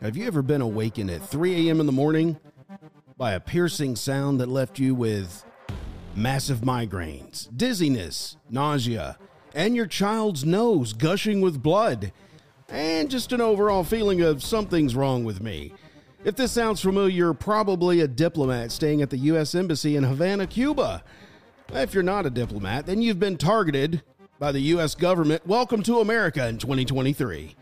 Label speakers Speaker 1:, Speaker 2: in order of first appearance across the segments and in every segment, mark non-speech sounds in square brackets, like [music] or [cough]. Speaker 1: Have you ever been awakened at 3 a.m. in the morning by a piercing sound that left you with massive migraines, dizziness, nausea, and your child's nose gushing with blood, and just an overall feeling of something's wrong with me? If this sounds familiar, you're probably a diplomat staying at the U.S. Embassy in Havana, Cuba. If you're not a diplomat, then you've been targeted by the U.S. government. Welcome to America in 2023.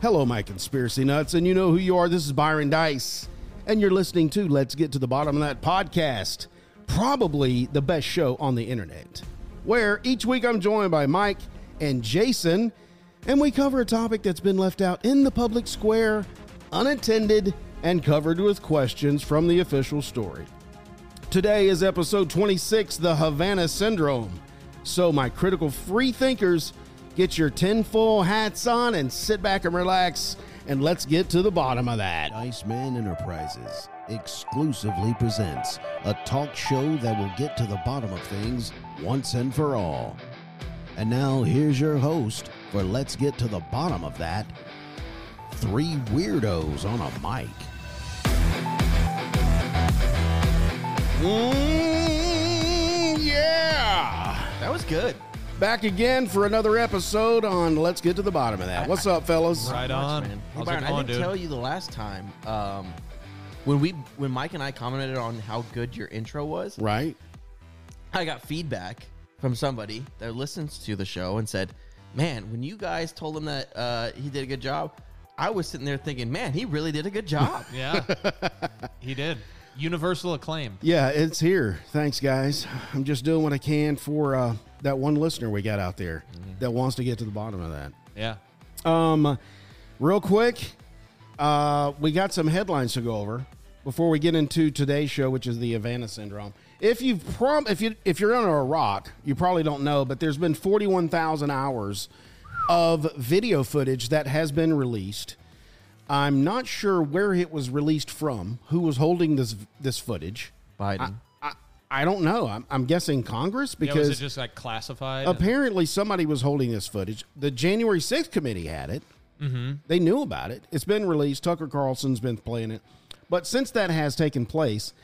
Speaker 1: Hello, my conspiracy nuts, and you know who you are. This is Byron Dice, and you're listening to Let's Get to the Bottom of That podcast, probably the best show on the internet, where each week I'm joined by Mike and Jason, and we cover a topic that's been left out in the public square, unattended, and covered with questions from the official story. Today is episode 26, The Havana Syndrome. So, my critical free thinkers, get your tinfoil hats on and sit back and relax, and let's get to the bottom of that.
Speaker 2: Iceman Enterprises exclusively presents a talk show that will get to the bottom of things once and for all. And now here's your host for Let's Get to the Bottom of That Three Weirdos on a Mic.
Speaker 1: Mm, yeah!
Speaker 3: That was good.
Speaker 1: Back again for another episode on Let's Get to the Bottom of That. What's up, fellas?
Speaker 4: Right
Speaker 3: Much,
Speaker 4: on.
Speaker 3: man. Hey,
Speaker 4: How's it
Speaker 3: Byron, I
Speaker 4: going,
Speaker 3: didn't
Speaker 4: dude?
Speaker 3: tell you the last time um, when we when Mike and I commented on how good your intro was.
Speaker 1: Right?
Speaker 3: I got feedback from somebody that listens to the show and said, "Man, when you guys told him that uh, he did a good job, I was sitting there thinking, man, he really did a good
Speaker 4: [laughs]
Speaker 3: job."
Speaker 4: Yeah, he did. Universal acclaim.
Speaker 1: Yeah, it's here. Thanks, guys. I'm just doing what I can for uh, that one listener we got out there that wants to get to the bottom of that.
Speaker 4: Yeah.
Speaker 1: Um, real quick, uh, we got some headlines to go over before we get into today's show, which is the Havana syndrome. If you've prom- if you if you're under a rock, you probably don't know, but there's been 41,000 hours of video footage that has been released. I'm not sure where it was released from, who was holding this this footage.
Speaker 3: Biden.
Speaker 1: I, I don't know. I'm, I'm guessing Congress
Speaker 4: Yeah, was it
Speaker 1: because
Speaker 4: just like classified?
Speaker 1: apparently somebody was holding this footage. The January 6th committee had it. They knew about it. It's been released. Tucker Carlson's been playing it. But since that has taken place,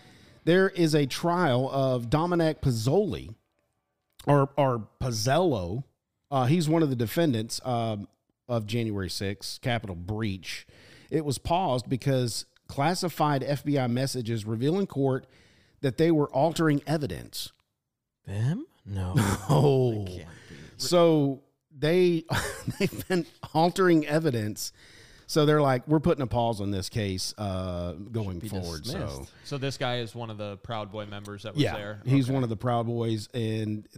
Speaker 1: there is a trial of Dominic Pozzoli or, or Pozzello. Uh, he's one of the defendants um, of January 6th, capital breach. It was paused because classified FBI messages reveal in court that they were altering evidence.
Speaker 3: Them? No.
Speaker 1: Oh,
Speaker 3: Can't be.
Speaker 1: so they [laughs] they've been altering evidence. So they're like, we're putting a pause on this case uh, going
Speaker 3: be
Speaker 1: forward. So
Speaker 3: dismissed.
Speaker 4: so this guy is one of the Proud Boy members that was
Speaker 1: yeah,
Speaker 4: there.
Speaker 1: he's one of the Proud Boys, and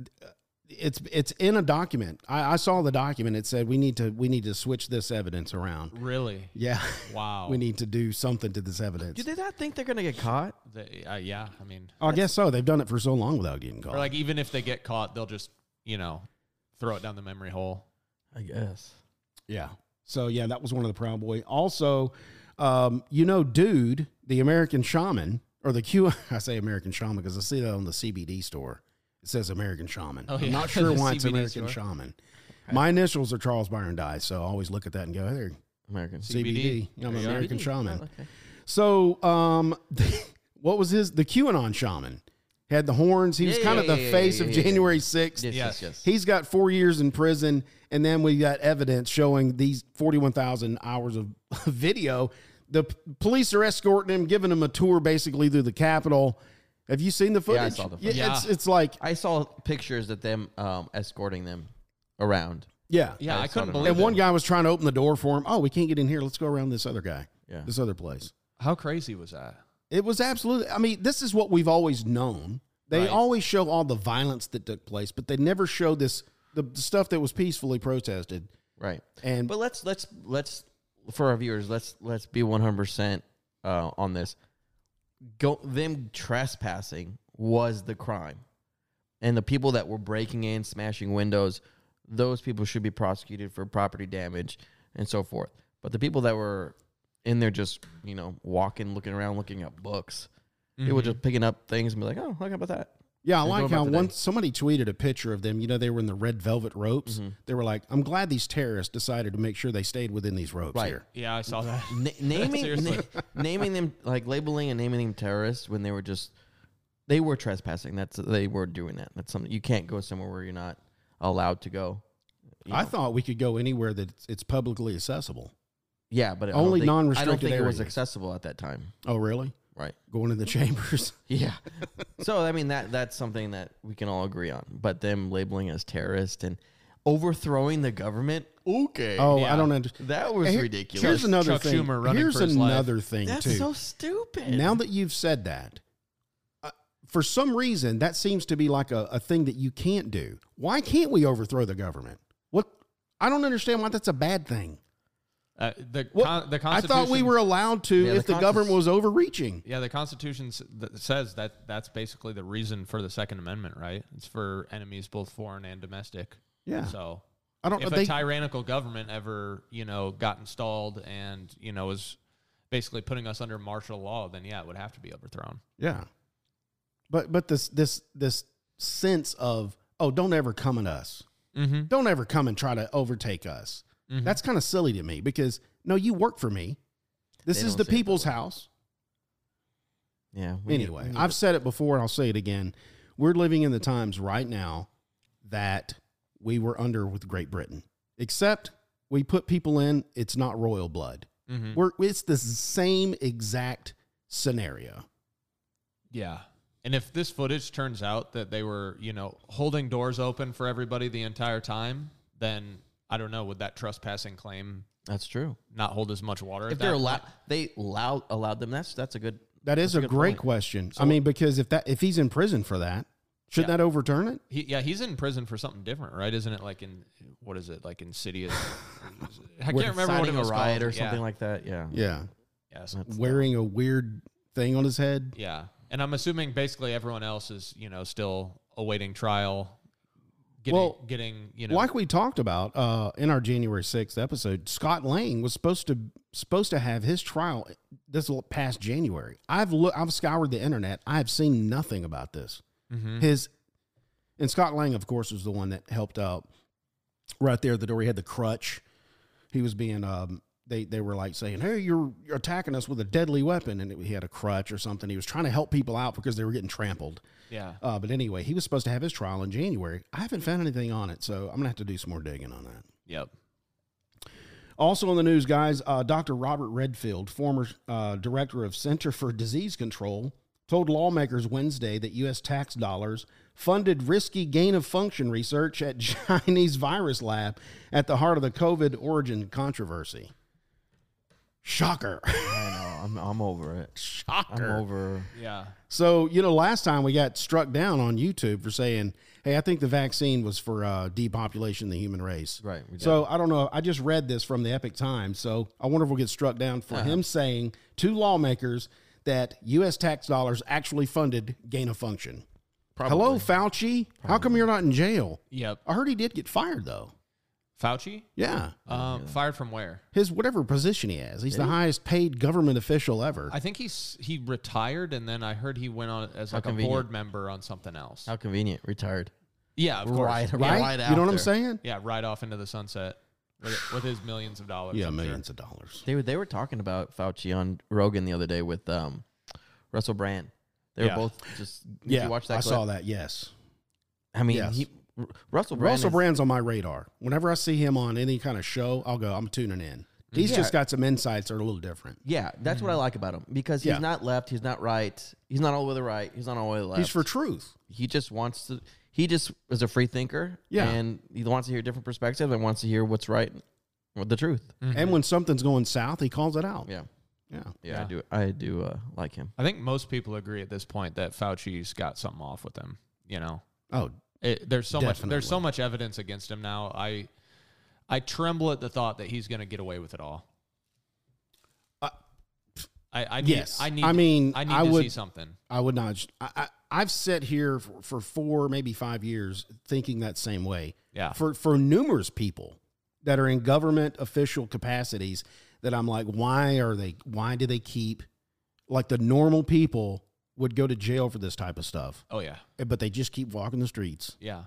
Speaker 1: it's it's in a document. I, I saw the document. It said we need to we need to switch this evidence around.
Speaker 4: Oh, really.
Speaker 1: Yeah, [laughs]
Speaker 4: Wow.
Speaker 1: we need to do something to this evidence.
Speaker 3: [laughs] Do they not Oh. think they're gonna get caught?
Speaker 4: They- uh, yeah, I mean,
Speaker 1: I guess so. They've done it for so long without getting caught.
Speaker 4: or like even if they get caught, they'll just you know throw it down the memory hole.
Speaker 3: I guess.
Speaker 1: Yeah. So yeah, that was one of the Proud Boy. Also, um, you know, dude, the American Shaman or the Q. [laughs] I say American Shaman because I see that on the CBD store. It says American Shaman.
Speaker 4: Oh,
Speaker 1: I'm
Speaker 4: yeah.
Speaker 3: [laughs]
Speaker 1: not sure
Speaker 4: The
Speaker 1: why it's
Speaker 4: CBD
Speaker 1: American
Speaker 4: store.
Speaker 1: Shaman. My initials are Charles Byron Dye, so I always look at that and go, hey, there,
Speaker 3: American.
Speaker 1: CBD. I'm
Speaker 4: There
Speaker 1: an
Speaker 4: you are.
Speaker 1: American
Speaker 3: CBD.
Speaker 1: Shaman.
Speaker 3: Oh, okay.
Speaker 1: So, um, [laughs] what was his? The QAnon Shaman had the horns. He was
Speaker 3: Yeah,
Speaker 1: kind of
Speaker 3: yeah,
Speaker 1: the
Speaker 3: yeah,
Speaker 1: face
Speaker 3: yeah,
Speaker 1: of
Speaker 3: yeah, yeah.
Speaker 1: January 6th.
Speaker 3: Yes,
Speaker 4: Yes.
Speaker 3: yes, yes.
Speaker 1: He's got four years in prison, and then we got evidence showing these 41,000 hours of [laughs] video. The p- police are escorting him, giving him a tour basically through the Capitol. Have you seen the footage?
Speaker 3: Yeah, I saw the footage.
Speaker 1: it's, it's like,
Speaker 3: I saw pictures of them um, escorting them around.
Speaker 1: yeah.
Speaker 4: Yeah,
Speaker 3: I
Speaker 4: I,
Speaker 3: saw
Speaker 4: couldn't
Speaker 3: it.
Speaker 4: believe
Speaker 1: And
Speaker 4: it.
Speaker 1: one guy was trying to open the door for him. Oh, we can't get in here. Let's go around this other guy,
Speaker 3: Yeah.
Speaker 1: this other place.
Speaker 4: How crazy was that?
Speaker 1: It was absolutely, I mean, this is what we've always known. They
Speaker 4: Right.
Speaker 1: always show all the violence that took place, but they never show this, the, the stuff that was peacefully protested.
Speaker 3: Right.
Speaker 1: And
Speaker 3: But let's let's let's for our viewers, let's let's be one hundred percent uh, on this. Go them trespassing was the crime, and the people that were breaking in, smashing windows, those people should be prosecuted for property damage and so forth. But the people that were in there just you know walking, looking around, looking up books, people just picking up things and be like, oh, look about that.
Speaker 1: Yeah, I
Speaker 3: They're
Speaker 1: like
Speaker 3: going
Speaker 1: how
Speaker 3: about today.
Speaker 1: once somebody tweeted a picture of them. You know, they were in the red velvet ropes.
Speaker 3: Mm-hmm.
Speaker 1: They were like, "I'm glad these terrorists decided to make sure they stayed within these ropes
Speaker 3: Right.
Speaker 1: here."
Speaker 4: Yeah, I saw that.
Speaker 3: Na- naming
Speaker 4: Seriously.
Speaker 3: na- naming them like labeling and naming them terrorists when they were just they were trespassing. That's they were doing that. That's something you can't go somewhere where you're not allowed to go. you
Speaker 1: I
Speaker 3: know.
Speaker 1: thought we could go anywhere that it's- it's publicly accessible.
Speaker 3: yeah, but I don't
Speaker 1: only
Speaker 3: think- I
Speaker 1: non-restricted
Speaker 3: don't think it was
Speaker 1: areas.
Speaker 3: accessible at that time,
Speaker 1: Oh, really? [laughs]
Speaker 3: right?
Speaker 1: Going to the chambers?
Speaker 3: Yeah. so I mean that that's something that we can all agree on. But them labeling as terrorist and overthrowing the government, okay,
Speaker 1: Oh, I
Speaker 4: Yeah.
Speaker 1: don't understand.
Speaker 3: that was
Speaker 1: Here's
Speaker 3: ridiculous.
Speaker 1: another
Speaker 4: Chuck
Speaker 1: thing.
Speaker 4: Schumer running
Speaker 1: Here's
Speaker 4: for his life.
Speaker 1: another thing
Speaker 3: That's
Speaker 1: too.
Speaker 3: so stupid.
Speaker 1: now that you've said that, uh, for some reason, that seems to be like a, a thing that you can't do. Why can't we overthrow the government? What? I don't understand why that's a bad thing.
Speaker 4: Uh, the
Speaker 1: What-
Speaker 4: con- the
Speaker 1: I
Speaker 4: Constitution.
Speaker 1: thought we were allowed to
Speaker 3: Yeah, the
Speaker 1: if the
Speaker 3: Consti-
Speaker 1: government was overreaching.
Speaker 4: Yeah, the Constitution s- th- says that that's basically the reason for the Second Amendment, right? It's for enemies, both foreign and domestic.
Speaker 1: Yeah.
Speaker 4: So
Speaker 1: I don't.
Speaker 4: if
Speaker 1: They,
Speaker 4: a tyrannical government ever, you know, got installed and you know is basically putting us under martial law, then yeah, it would have to be overthrown.
Speaker 1: yeah. But but this this this sense of oh don't ever come at us.
Speaker 4: Mm-hmm.
Speaker 1: Don't ever come and try to overtake us.
Speaker 3: Mm-hmm.
Speaker 1: That's kind of silly to me because no, you work for me. This
Speaker 3: They
Speaker 1: is
Speaker 3: don't
Speaker 1: the
Speaker 3: say it that
Speaker 1: people's
Speaker 3: way.
Speaker 1: house.
Speaker 3: yeah. we need- we
Speaker 1: Anyway,
Speaker 3: need
Speaker 1: I've said it before and I'll say it again. We're living in the times right now that we were under with Great Britain. Except we put people in, it's not royal blood.
Speaker 4: Mm-hmm.
Speaker 1: We're it's the same exact scenario.
Speaker 4: Yeah. And if this footage turns out that they were, you know, holding doors open for everybody the entire time, then I don't know, would that trespassing claim
Speaker 3: That's true.
Speaker 4: not hold as much water?
Speaker 3: If
Speaker 4: at
Speaker 3: they're
Speaker 4: that
Speaker 3: allowed,
Speaker 4: point?
Speaker 3: they allowed allowed them. That's that's a good.
Speaker 1: That is
Speaker 3: That's a
Speaker 1: a,
Speaker 3: good
Speaker 1: great
Speaker 3: point.
Speaker 1: question. I mean, because if that if he's in prison for that, should
Speaker 4: Yeah.
Speaker 1: that overturn it?
Speaker 4: He, yeah, he's in prison for something different, right? Isn't it like in what is it like
Speaker 3: [laughs]
Speaker 4: insidious? I can't remember what it
Speaker 3: Inciting
Speaker 4: was
Speaker 3: a riot
Speaker 4: called.
Speaker 3: or something like that. Yeah.
Speaker 1: Yeah,
Speaker 4: yeah, yeah, something-
Speaker 1: wearing a weird thing on his head.
Speaker 4: yeah. And I'm assuming basically everyone else is you know still awaiting trial, getting
Speaker 1: Well,
Speaker 4: getting you know
Speaker 1: Like we talked about uh, in our January sixth episode, Scott Lang was supposed to supposed to have his trial this l- past January. I've look, I've scoured the internet. I've seen nothing about this.
Speaker 4: mm-hmm.
Speaker 1: His and Scott Lang, of course, was the one that helped out right there at the door. He had the crutch. He was being um. They, they were like saying, "Hey, you're, you're attacking us with a deadly weapon," and it, he had a crutch or something. He was trying to help people out because they were getting trampled.
Speaker 4: yeah.
Speaker 1: Uh, but anyway, he was supposed to have his trial in January. I haven't found anything on it, so I'm gonna have to do some more digging on that.
Speaker 4: Yep.
Speaker 1: Also on the news, guys, uh, Dr. Robert Redfield, former uh, director of Center for Disease Control, told lawmakers Wednesday that U.S. tax dollars funded risky gain of function research at [laughs] Chinese virus lab at the heart of the COVID origin controversy. Shocker! [laughs]
Speaker 3: I know. I'm I'm over it. I'm
Speaker 1: Shocker!
Speaker 3: over.
Speaker 4: Yeah.
Speaker 1: So, you know, last time we got struck down on YouTube for saying, hey, I think the vaccine was for uh, depopulation of the human race.
Speaker 3: Right, we did.
Speaker 1: So I don't know. I just read this from the Epic Times. So I wonder if we'll get struck down
Speaker 3: Uh-huh.
Speaker 1: for him saying to lawmakers that U.S. tax dollars actually funded gain of function. Hello, Fauci. How come you're not in jail?
Speaker 4: Yep.
Speaker 1: I heard he did get fired, though.
Speaker 4: Fauci
Speaker 1: Yeah.
Speaker 3: Oh,
Speaker 4: um, fired from where?
Speaker 1: His whatever position he has, he's the highest paid government official ever.
Speaker 4: I think he's he retired, and then I heard he went on as like a
Speaker 3: convenient.
Speaker 4: board member on something else.
Speaker 3: How convenient. Retired.
Speaker 4: Yeah, of course.
Speaker 3: Right.
Speaker 1: right?
Speaker 3: Right
Speaker 1: you know what I'm
Speaker 3: after.
Speaker 1: saying?
Speaker 4: Yeah, right off into the sunset with, with his millions of dollars.
Speaker 1: Yeah,
Speaker 4: I'm sure.
Speaker 1: millions of dollars.
Speaker 3: They were they were talking about Fauci on Rogan the other day with um Russell Brand. They were
Speaker 4: Yeah.
Speaker 3: both just. did
Speaker 1: Yeah,
Speaker 3: You watch that.
Speaker 1: I
Speaker 3: clip?
Speaker 1: saw that. Yes,
Speaker 3: I mean,
Speaker 1: Yes.
Speaker 3: he, R- Russell Brand.
Speaker 1: Russell
Speaker 3: is-
Speaker 1: Brand's on my radar. Whenever I see him on any kind of show, I'll go. I'm tuning in. He's
Speaker 3: Yeah.
Speaker 1: just got some insights that are a little different.
Speaker 3: Yeah, that's what I like about him because he's
Speaker 1: Yeah.
Speaker 3: not left, he's not right, he's not all the way to the right, he's not all the way to the left.
Speaker 1: He's for truth.
Speaker 3: he just wants to. He just is a free thinker.
Speaker 1: Yeah.
Speaker 3: and he wants to hear different perspective and wants to hear what's right, what the truth.
Speaker 1: And when something's going south, he calls it out.
Speaker 3: Yeah,
Speaker 1: Yeah.
Speaker 3: yeah, I
Speaker 4: Yeah.
Speaker 3: do. I do uh, like him.
Speaker 4: I think most people agree at this point that Fauci's got something off with him. You know,
Speaker 1: Oh,
Speaker 4: it, there's so much there's so
Speaker 1: Definitely.
Speaker 4: much evidence against him now. I I tremble at the thought that he's going to get away with it all.
Speaker 1: Uh,
Speaker 4: I, I need,
Speaker 1: yes.
Speaker 4: I need.
Speaker 1: I mean,
Speaker 4: I need
Speaker 1: I
Speaker 4: to see
Speaker 1: would-
Speaker 4: something.
Speaker 1: I would not. I, I, I've sat here for, for four, maybe five years thinking that same way.
Speaker 4: Yeah.
Speaker 1: For, for numerous people that are in government official capacities, that I'm like, why are they, why do they keep, like the normal people would go to jail for this type of stuff,
Speaker 4: Oh yeah,
Speaker 1: but they just keep walking the streets.
Speaker 4: yeah.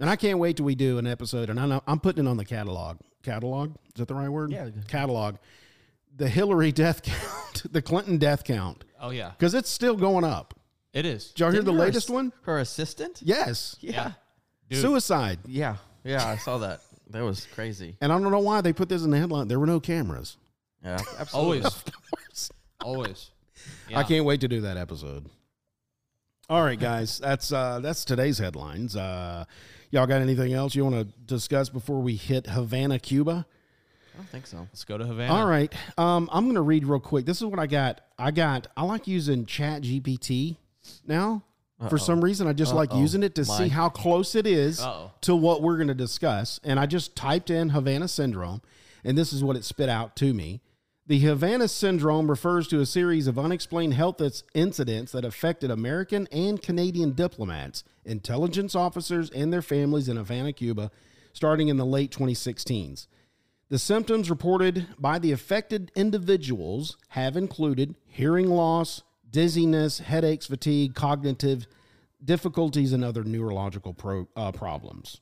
Speaker 1: And I can't wait till we do an episode. And I know, I'm putting it on the catalog. Catalog is that the right word?
Speaker 3: Yeah.
Speaker 1: catalog. The Hillary death [laughs] count, the Clinton death count,
Speaker 4: Oh yeah,
Speaker 1: because it's still going up.
Speaker 4: it is.
Speaker 1: Did y'all hear
Speaker 3: Didn't
Speaker 1: the
Speaker 3: her
Speaker 1: latest
Speaker 3: ass-
Speaker 1: one?
Speaker 3: Her assistant?
Speaker 1: Yes,
Speaker 3: Yeah.
Speaker 4: Dude.
Speaker 1: suicide.
Speaker 3: Yeah. Yeah, I saw that. That was crazy.
Speaker 1: And I don't know why they put this in the headline. There were no cameras.
Speaker 3: Yeah. Absolutely.
Speaker 4: Always, always. Yeah.
Speaker 1: I can't wait to do that episode. All right, guys, that's uh, that's today's headlines. Uh, y'all got anything else you want to discuss before we hit Havana, Cuba?
Speaker 3: I don't think so.
Speaker 4: Let's go to Havana.
Speaker 1: All right, um, I'm gonna read real quick. This is what I got. I got. I like using Chat GPT now. For some reason, I just like
Speaker 3: Uh-oh.
Speaker 1: using it to see
Speaker 3: Mike.
Speaker 1: how close it is
Speaker 4: Uh-oh.
Speaker 1: to what we're going to discuss. And I just typed in Havana syndrome, and this is what it spit out to me. The Havana syndrome refers to a series of unexplained health ins- incidents that affected American and Canadian diplomats, intelligence officers, and their families in Havana, Cuba, starting in the late 2016s. The symptoms reported by the affected individuals have included hearing loss, dizziness, headaches, fatigue, cognitive difficulties, and other neurological pro, uh, problems.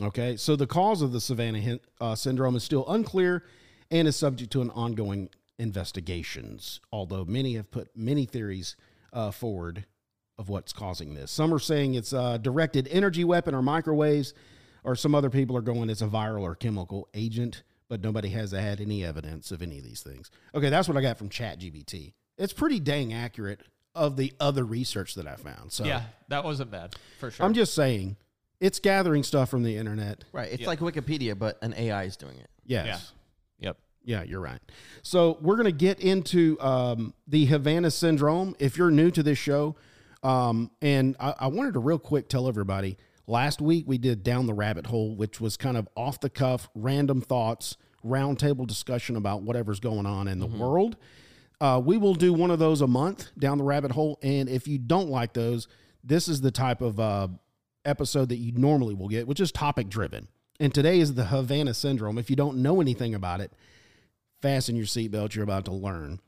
Speaker 1: Okay, so the cause of the Savannah Hen- uh, syndrome is still unclear and is subject to an ongoing investigations, although many have put many theories uh, forward of what's causing this. Some are saying it's a directed energy weapon or microwaves, or some other people are going it's a viral or chemical agent, but nobody has had any evidence of any of these things. Okay, that's what I got from ChatGBT. It's pretty dang accurate of the other research that I found. So
Speaker 4: Yeah, that wasn't bad for sure.
Speaker 1: I'm just saying it's gathering stuff from the internet.
Speaker 3: Right. It's
Speaker 4: Yeah.
Speaker 3: like Wikipedia, but an AI is doing it.
Speaker 1: Yes.
Speaker 4: Yeah. Yep.
Speaker 1: Yeah, you're right. So we're going to get into um, the Havana syndrome. If you're new to this show, um, and I, I wanted to real quick tell everybody last week we did Down the Rabbit Hole, which was kind of off the cuff, random thoughts, roundtable discussion about whatever's going on in the world. Uh, we will do one of those a month down the rabbit hole. And if you don't like those, this is the type of uh, episode that you normally will get, which is topic driven. And today is the Havana syndrome. If you don't know anything about it, fasten your seatbelt. You're about to learn.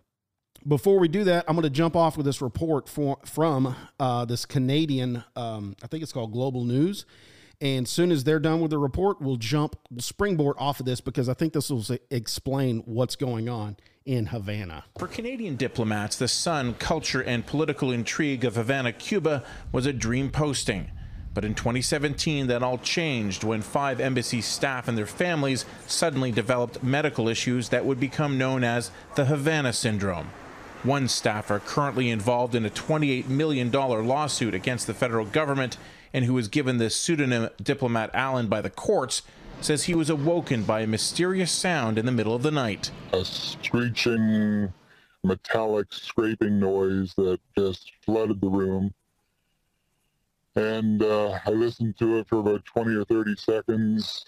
Speaker 1: Before we do that, I'm going to jump off with this report for, from uh, this Canadian, um, I think it's called Global News. And soon as they're done with the report, we'll jump, we'll springboard off of this because I think this will s- explain what's going on in Havana.
Speaker 5: For Canadian diplomats, the sun, culture, and political intrigue of Havana, Cuba was a dream posting. But in 2017, that all changed when five embassy staff and their families suddenly developed medical issues that would become known as the Havana Syndrome. One staffer currently involved in a $28 million lawsuit against the federal government and who was given the pseudonym Diplomat Allen by the courts says he was awoken by a mysterious sound in the middle of the night.
Speaker 6: a screeching, metallic scraping noise that just flooded the room. And uh, I listened to it for about 20 or 30 seconds.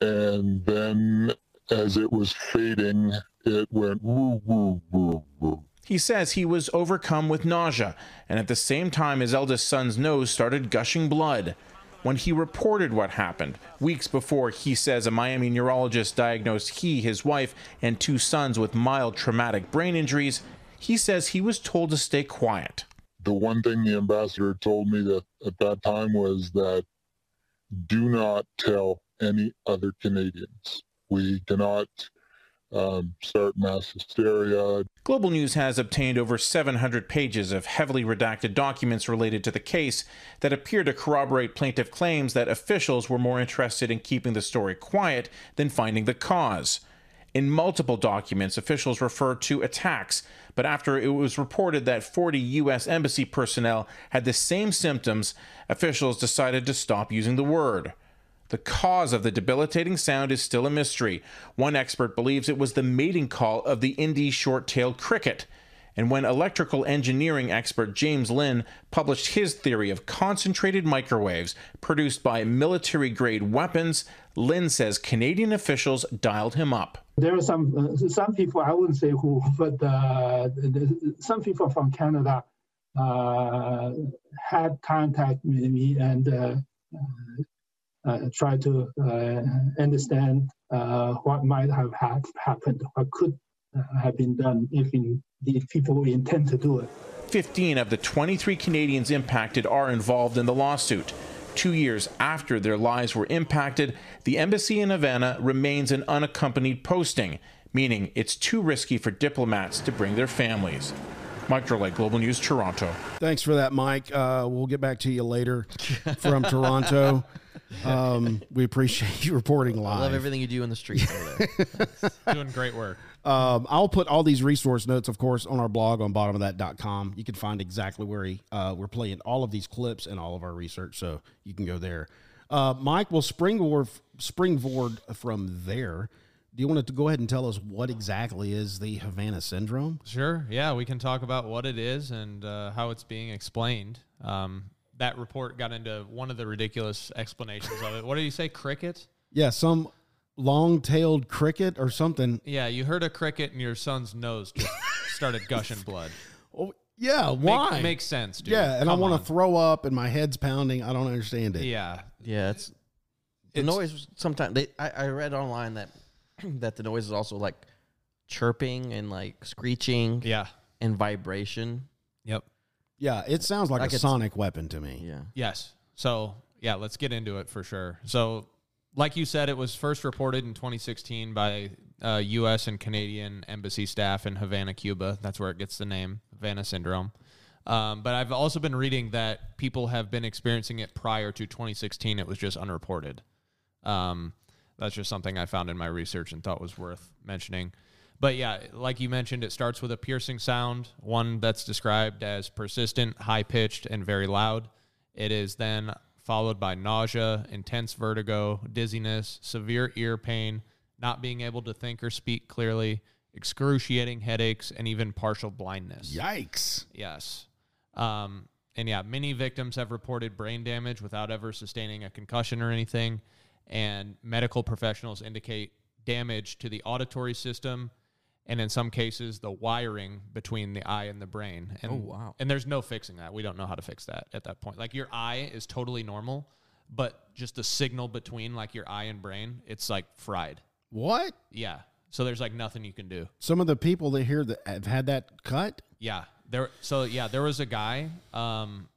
Speaker 6: And then as it was fading, it went woo, woo, woo, woo.
Speaker 5: He says he was overcome with nausea, and at the same time, his eldest son's nose started gushing blood. When he reported what happened, weeks before, he says a Miami neurologist diagnosed he, his wife, and two sons with mild traumatic brain injuries. He says he was told to stay quiet.
Speaker 6: The one thing the ambassador told me that at that time was that do not tell any other Canadians. We cannot um, start mass hysteria.
Speaker 5: Global News has obtained over 700 pages of heavily redacted documents related to the case that appear to corroborate plaintiff claims that officials were more interested in keeping the story quiet than finding the cause. In multiple documents, officials refer to attacks, but after it was reported that 40 U.S. embassy personnel had the same symptoms, officials decided to stop using the word. The cause of the debilitating sound is still a mystery. One expert believes it was the mating call of the Indies short tailed cricket. And when electrical engineering expert James Lynn published his theory of concentrated microwaves produced by military grade weapons, Lynn says Canadian officials dialed him up.
Speaker 7: there are some uh, some people I wouldn't say who, [laughs] but uh, the- some people from Canada uh, had contact with me and uh, uh, uh, tried to uh, understand uh, what might have ha- happened, what could have been done if indeed people intend to do it.
Speaker 5: 15 of the 23 Canadians impacted are involved in the lawsuit. Two years after their lives were impacted, the embassy in Havana remains an unaccompanied posting, meaning it's too risky for diplomats to bring their families. Mike Drolet, Global News, Toronto.
Speaker 1: Thanks for that, Mike. Uh, we'll get back to you
Speaker 3: [laughs]
Speaker 1: later from Toronto. Um, we appreciate you reporting
Speaker 3: I love
Speaker 1: live.
Speaker 3: everything you do in the streets over there.
Speaker 4: Doing great work.
Speaker 1: Um, I'll put all these resource notes, of course, on our blog on bottomofthat.com. You can find exactly where he, uh, we're playing all of these clips and all of our research, so you can go there. Uh, Mike, will springboard, springboard from there. Do you want to go ahead and tell us what exactly is the Havana syndrome?
Speaker 4: Sure. Yeah, we can talk about what it is and uh, how it's being explained. Um, that report got into one of the ridiculous explanations of it. What do you say, cricket?
Speaker 1: Yeah, some long-tailed cricket or something.
Speaker 4: Yeah, you heard a cricket and your son's
Speaker 1: [laughs]
Speaker 4: nose just started gushing blood.
Speaker 1: Oh, yeah,
Speaker 4: Make-
Speaker 1: why?
Speaker 4: makes sense, dude.
Speaker 1: yeah, and I
Speaker 4: Come
Speaker 1: want
Speaker 4: on.
Speaker 1: to throw up, and my head's pounding. I don't understand it.
Speaker 4: Yeah,
Speaker 3: Yeah, it's the noise. Sometimes they, I, I read online that [clears throat] that the noise is also like chirping and like screeching
Speaker 4: yeah,
Speaker 3: and vibration.
Speaker 4: yep,
Speaker 1: Yeah, it sounds like,
Speaker 3: Like
Speaker 1: a
Speaker 3: it's-
Speaker 1: sonic weapon to me.
Speaker 3: Yeah,
Speaker 4: yes. So yeah, let's get into it for sure. So, like you said, it was first reported in 2016 by uh, U.S. and Canadian embassy staff in Havana, Cuba. That's where it gets the name Havana syndrome. Um, but I've also been reading that people have been experiencing it prior to 2016. It was just unreported. Um, that's just something I found in my research and thought was worth mentioning. But yeah, like you mentioned, it starts with a piercing sound, one that's described as persistent, high pitched, and very loud. It is then followed by nausea, intense vertigo, dizziness, severe ear pain, not being able to think or speak clearly, excruciating headaches, and even partial blindness.
Speaker 1: Yikes.
Speaker 4: Yes. Um, and yeah, many victims have reported brain damage without ever sustaining a concussion or anything. And medical professionals indicate damage to the auditory system and in some cases the wiring between the eye and the brain. And, oh,
Speaker 3: wow.
Speaker 4: And there's no fixing that. We don't know how to fix that at that point. Like your eye is totally normal, but just the signal between like your eye and brain, it's like fried.
Speaker 1: What?
Speaker 4: Yeah. So there's like nothing you can do.
Speaker 1: Some of the people that here that have had that cut.
Speaker 4: Yeah. There so yeah, there was a guy, um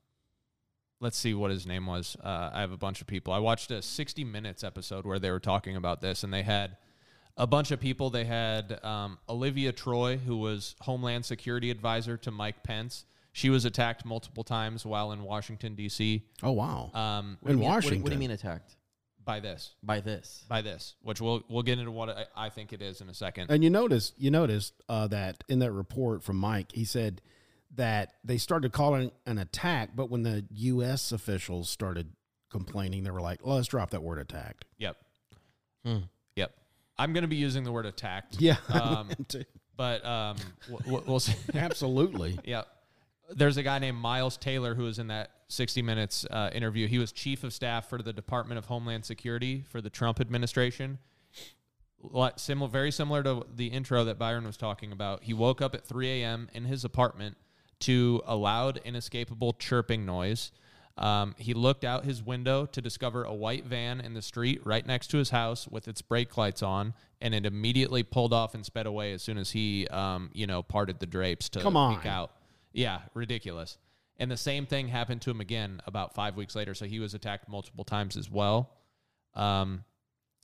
Speaker 4: let's see what his name was. Uh, I have a bunch of people. I watched a 60 minutes episode where they were talking about this and they had a bunch of people. They had um, Olivia Troy, who was Homeland Security Advisor to Mike Pence. She was attacked multiple times while in Washington D.C.
Speaker 1: Oh wow.
Speaker 4: Um,
Speaker 1: in
Speaker 3: Uh, What do you mean- what do-
Speaker 1: Washington.
Speaker 3: What do you mean attacked
Speaker 4: by this,
Speaker 3: by this?
Speaker 4: by this, which we'll we'll get into what I, I think it is in a
Speaker 3: uh,
Speaker 4: second.
Speaker 1: And you notice you noticed uh, that in that report from Mike, he said that they started calling an attack, but when the U.S. officials started complaining, they were like, "Let's drop that word attacked."
Speaker 4: Yep.
Speaker 3: Hmm.
Speaker 4: Yep. I'm going to be using the word
Speaker 1: [laughs]
Speaker 4: attacked.
Speaker 1: Yeah.
Speaker 4: Um, but um, w- w- we'll [laughs] see.
Speaker 1: [laughs] [laughs] Absolutely.
Speaker 4: yeah. There's a guy named Miles Taylor who was in that 60 Minutes uh, interview. He was chief of staff for the Department of Homeland Security for the Trump administration. Lot, similar, very similar to the intro that Byron was talking about. He woke up at 3 a.m. in his apartment to a loud, inescapable chirping noise. Um, he looked out his window to discover a white van in the street right next to his house with its brake lights on, and it immediately pulled off and sped away as soon as he, um, you know, parted the drapes to
Speaker 1: Come on.
Speaker 4: peek out. Yeah, ridiculous. And the same thing happened to him again about five weeks later. So he was attacked multiple times as well. Um,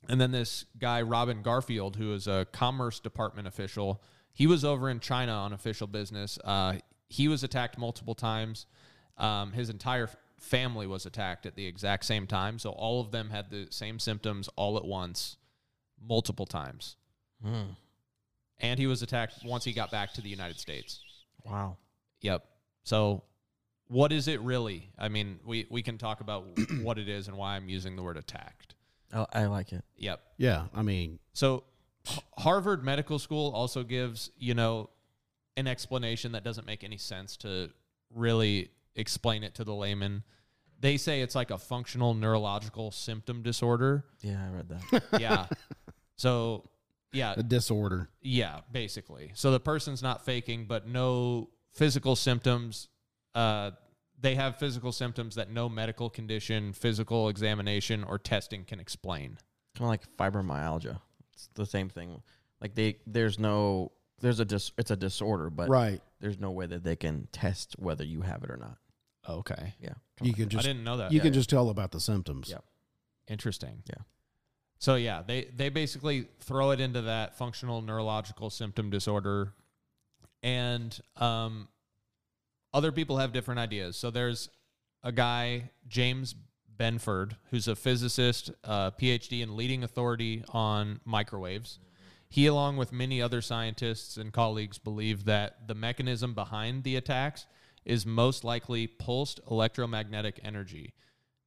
Speaker 4: and then this guy, Robin Garfield, who is a Commerce Department official, he was over in China on official business. Uh, he was attacked multiple times. Um, his entire f- family was attacked at the exact same time. So all of them had the same symptoms all at once, multiple times.
Speaker 3: Hmm.
Speaker 4: And he was attacked once he got back to the United States.
Speaker 3: Wow.
Speaker 4: Yep. So what is it really? I mean, we, we can talk about [clears throat] what it is and why I'm using the word attacked.
Speaker 3: Oh, I, I like it.
Speaker 4: Yep.
Speaker 1: Yeah. I mean,
Speaker 4: So H- Harvard Medical School also gives, you know, an explanation that doesn't make any sense to really explain it to the layman. They say it's like a functional neurological symptom disorder.
Speaker 3: Yeah, I
Speaker 1: [laughs]
Speaker 3: read that.
Speaker 4: Yeah. so, yeah,
Speaker 3: Uh,
Speaker 1: a disorder.
Speaker 4: yeah, basically. So the person's not faking, but no physical symptoms. Uh, they have physical symptoms that no medical condition, physical examination, or testing can explain.
Speaker 3: kind of like fibromyalgia. It's the same thing. Like they, there's no there's a dis, it's a disorder, but
Speaker 1: right.
Speaker 3: there's no way that they can test whether you have it or not.
Speaker 4: Okay.
Speaker 3: Yeah.
Speaker 1: You can
Speaker 4: I
Speaker 1: just
Speaker 4: didn't know that.
Speaker 1: you
Speaker 4: Yeah.
Speaker 1: can just tell about the symptoms.
Speaker 3: uh, Yeah.
Speaker 4: Interesting.
Speaker 3: Yeah.
Speaker 4: So yeah, they they basically throw it into that functional neurological symptom disorder, and um, other people have different ideas. So there's a guy James Benford who's a physicist, uh, PhD, and leading authority on microwaves. He, along with many other scientists and colleagues, believe that the mechanism behind the attacks is most likely pulsed electromagnetic energy.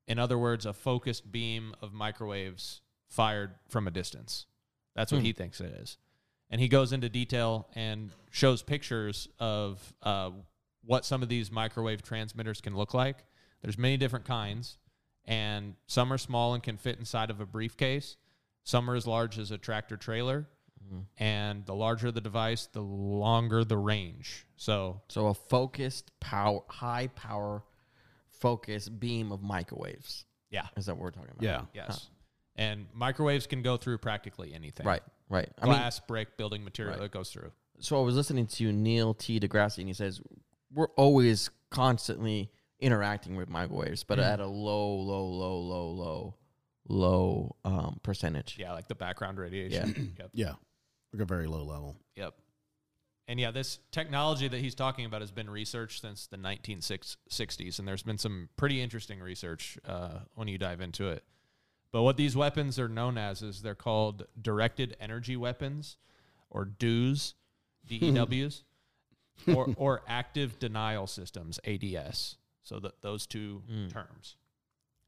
Speaker 4: In other words, a focused beam of microwaves fired from a distance. That's what he thinks it is. And he goes into detail and shows pictures of uh, what some of these microwave transmitters can look like. There's many different kinds, and some are small and can fit inside of a briefcase. Some are as large as a tractor trailer. And the larger the device, the longer the range. So
Speaker 3: So a focused power, high power, focused beam of microwaves
Speaker 4: yeah,
Speaker 3: is that what we're talking about?
Speaker 1: Yeah.
Speaker 4: yes. And microwaves can go through practically anything.
Speaker 3: Right. Right. I mean,
Speaker 4: glass, brick, building material
Speaker 3: Right.
Speaker 4: that goes through.
Speaker 3: so I was listening to Neil T. deGrasse, and he says we're always constantly interacting with microwaves, but at a low, low, low, low, low, low um, percentage.
Speaker 4: Yeah, like the background radiation. [clears throat] yep.
Speaker 1: Yeah. Like a very low level.
Speaker 4: Yep. And yeah, this technology that he's talking about has been researched since the 1960s, and there's been some pretty interesting research uh, when you dive into it. But what these weapons are known as is they're called directed energy weapons, or DEWs, DEWs, E or, or active denial systems, ADS. So th- those two terms.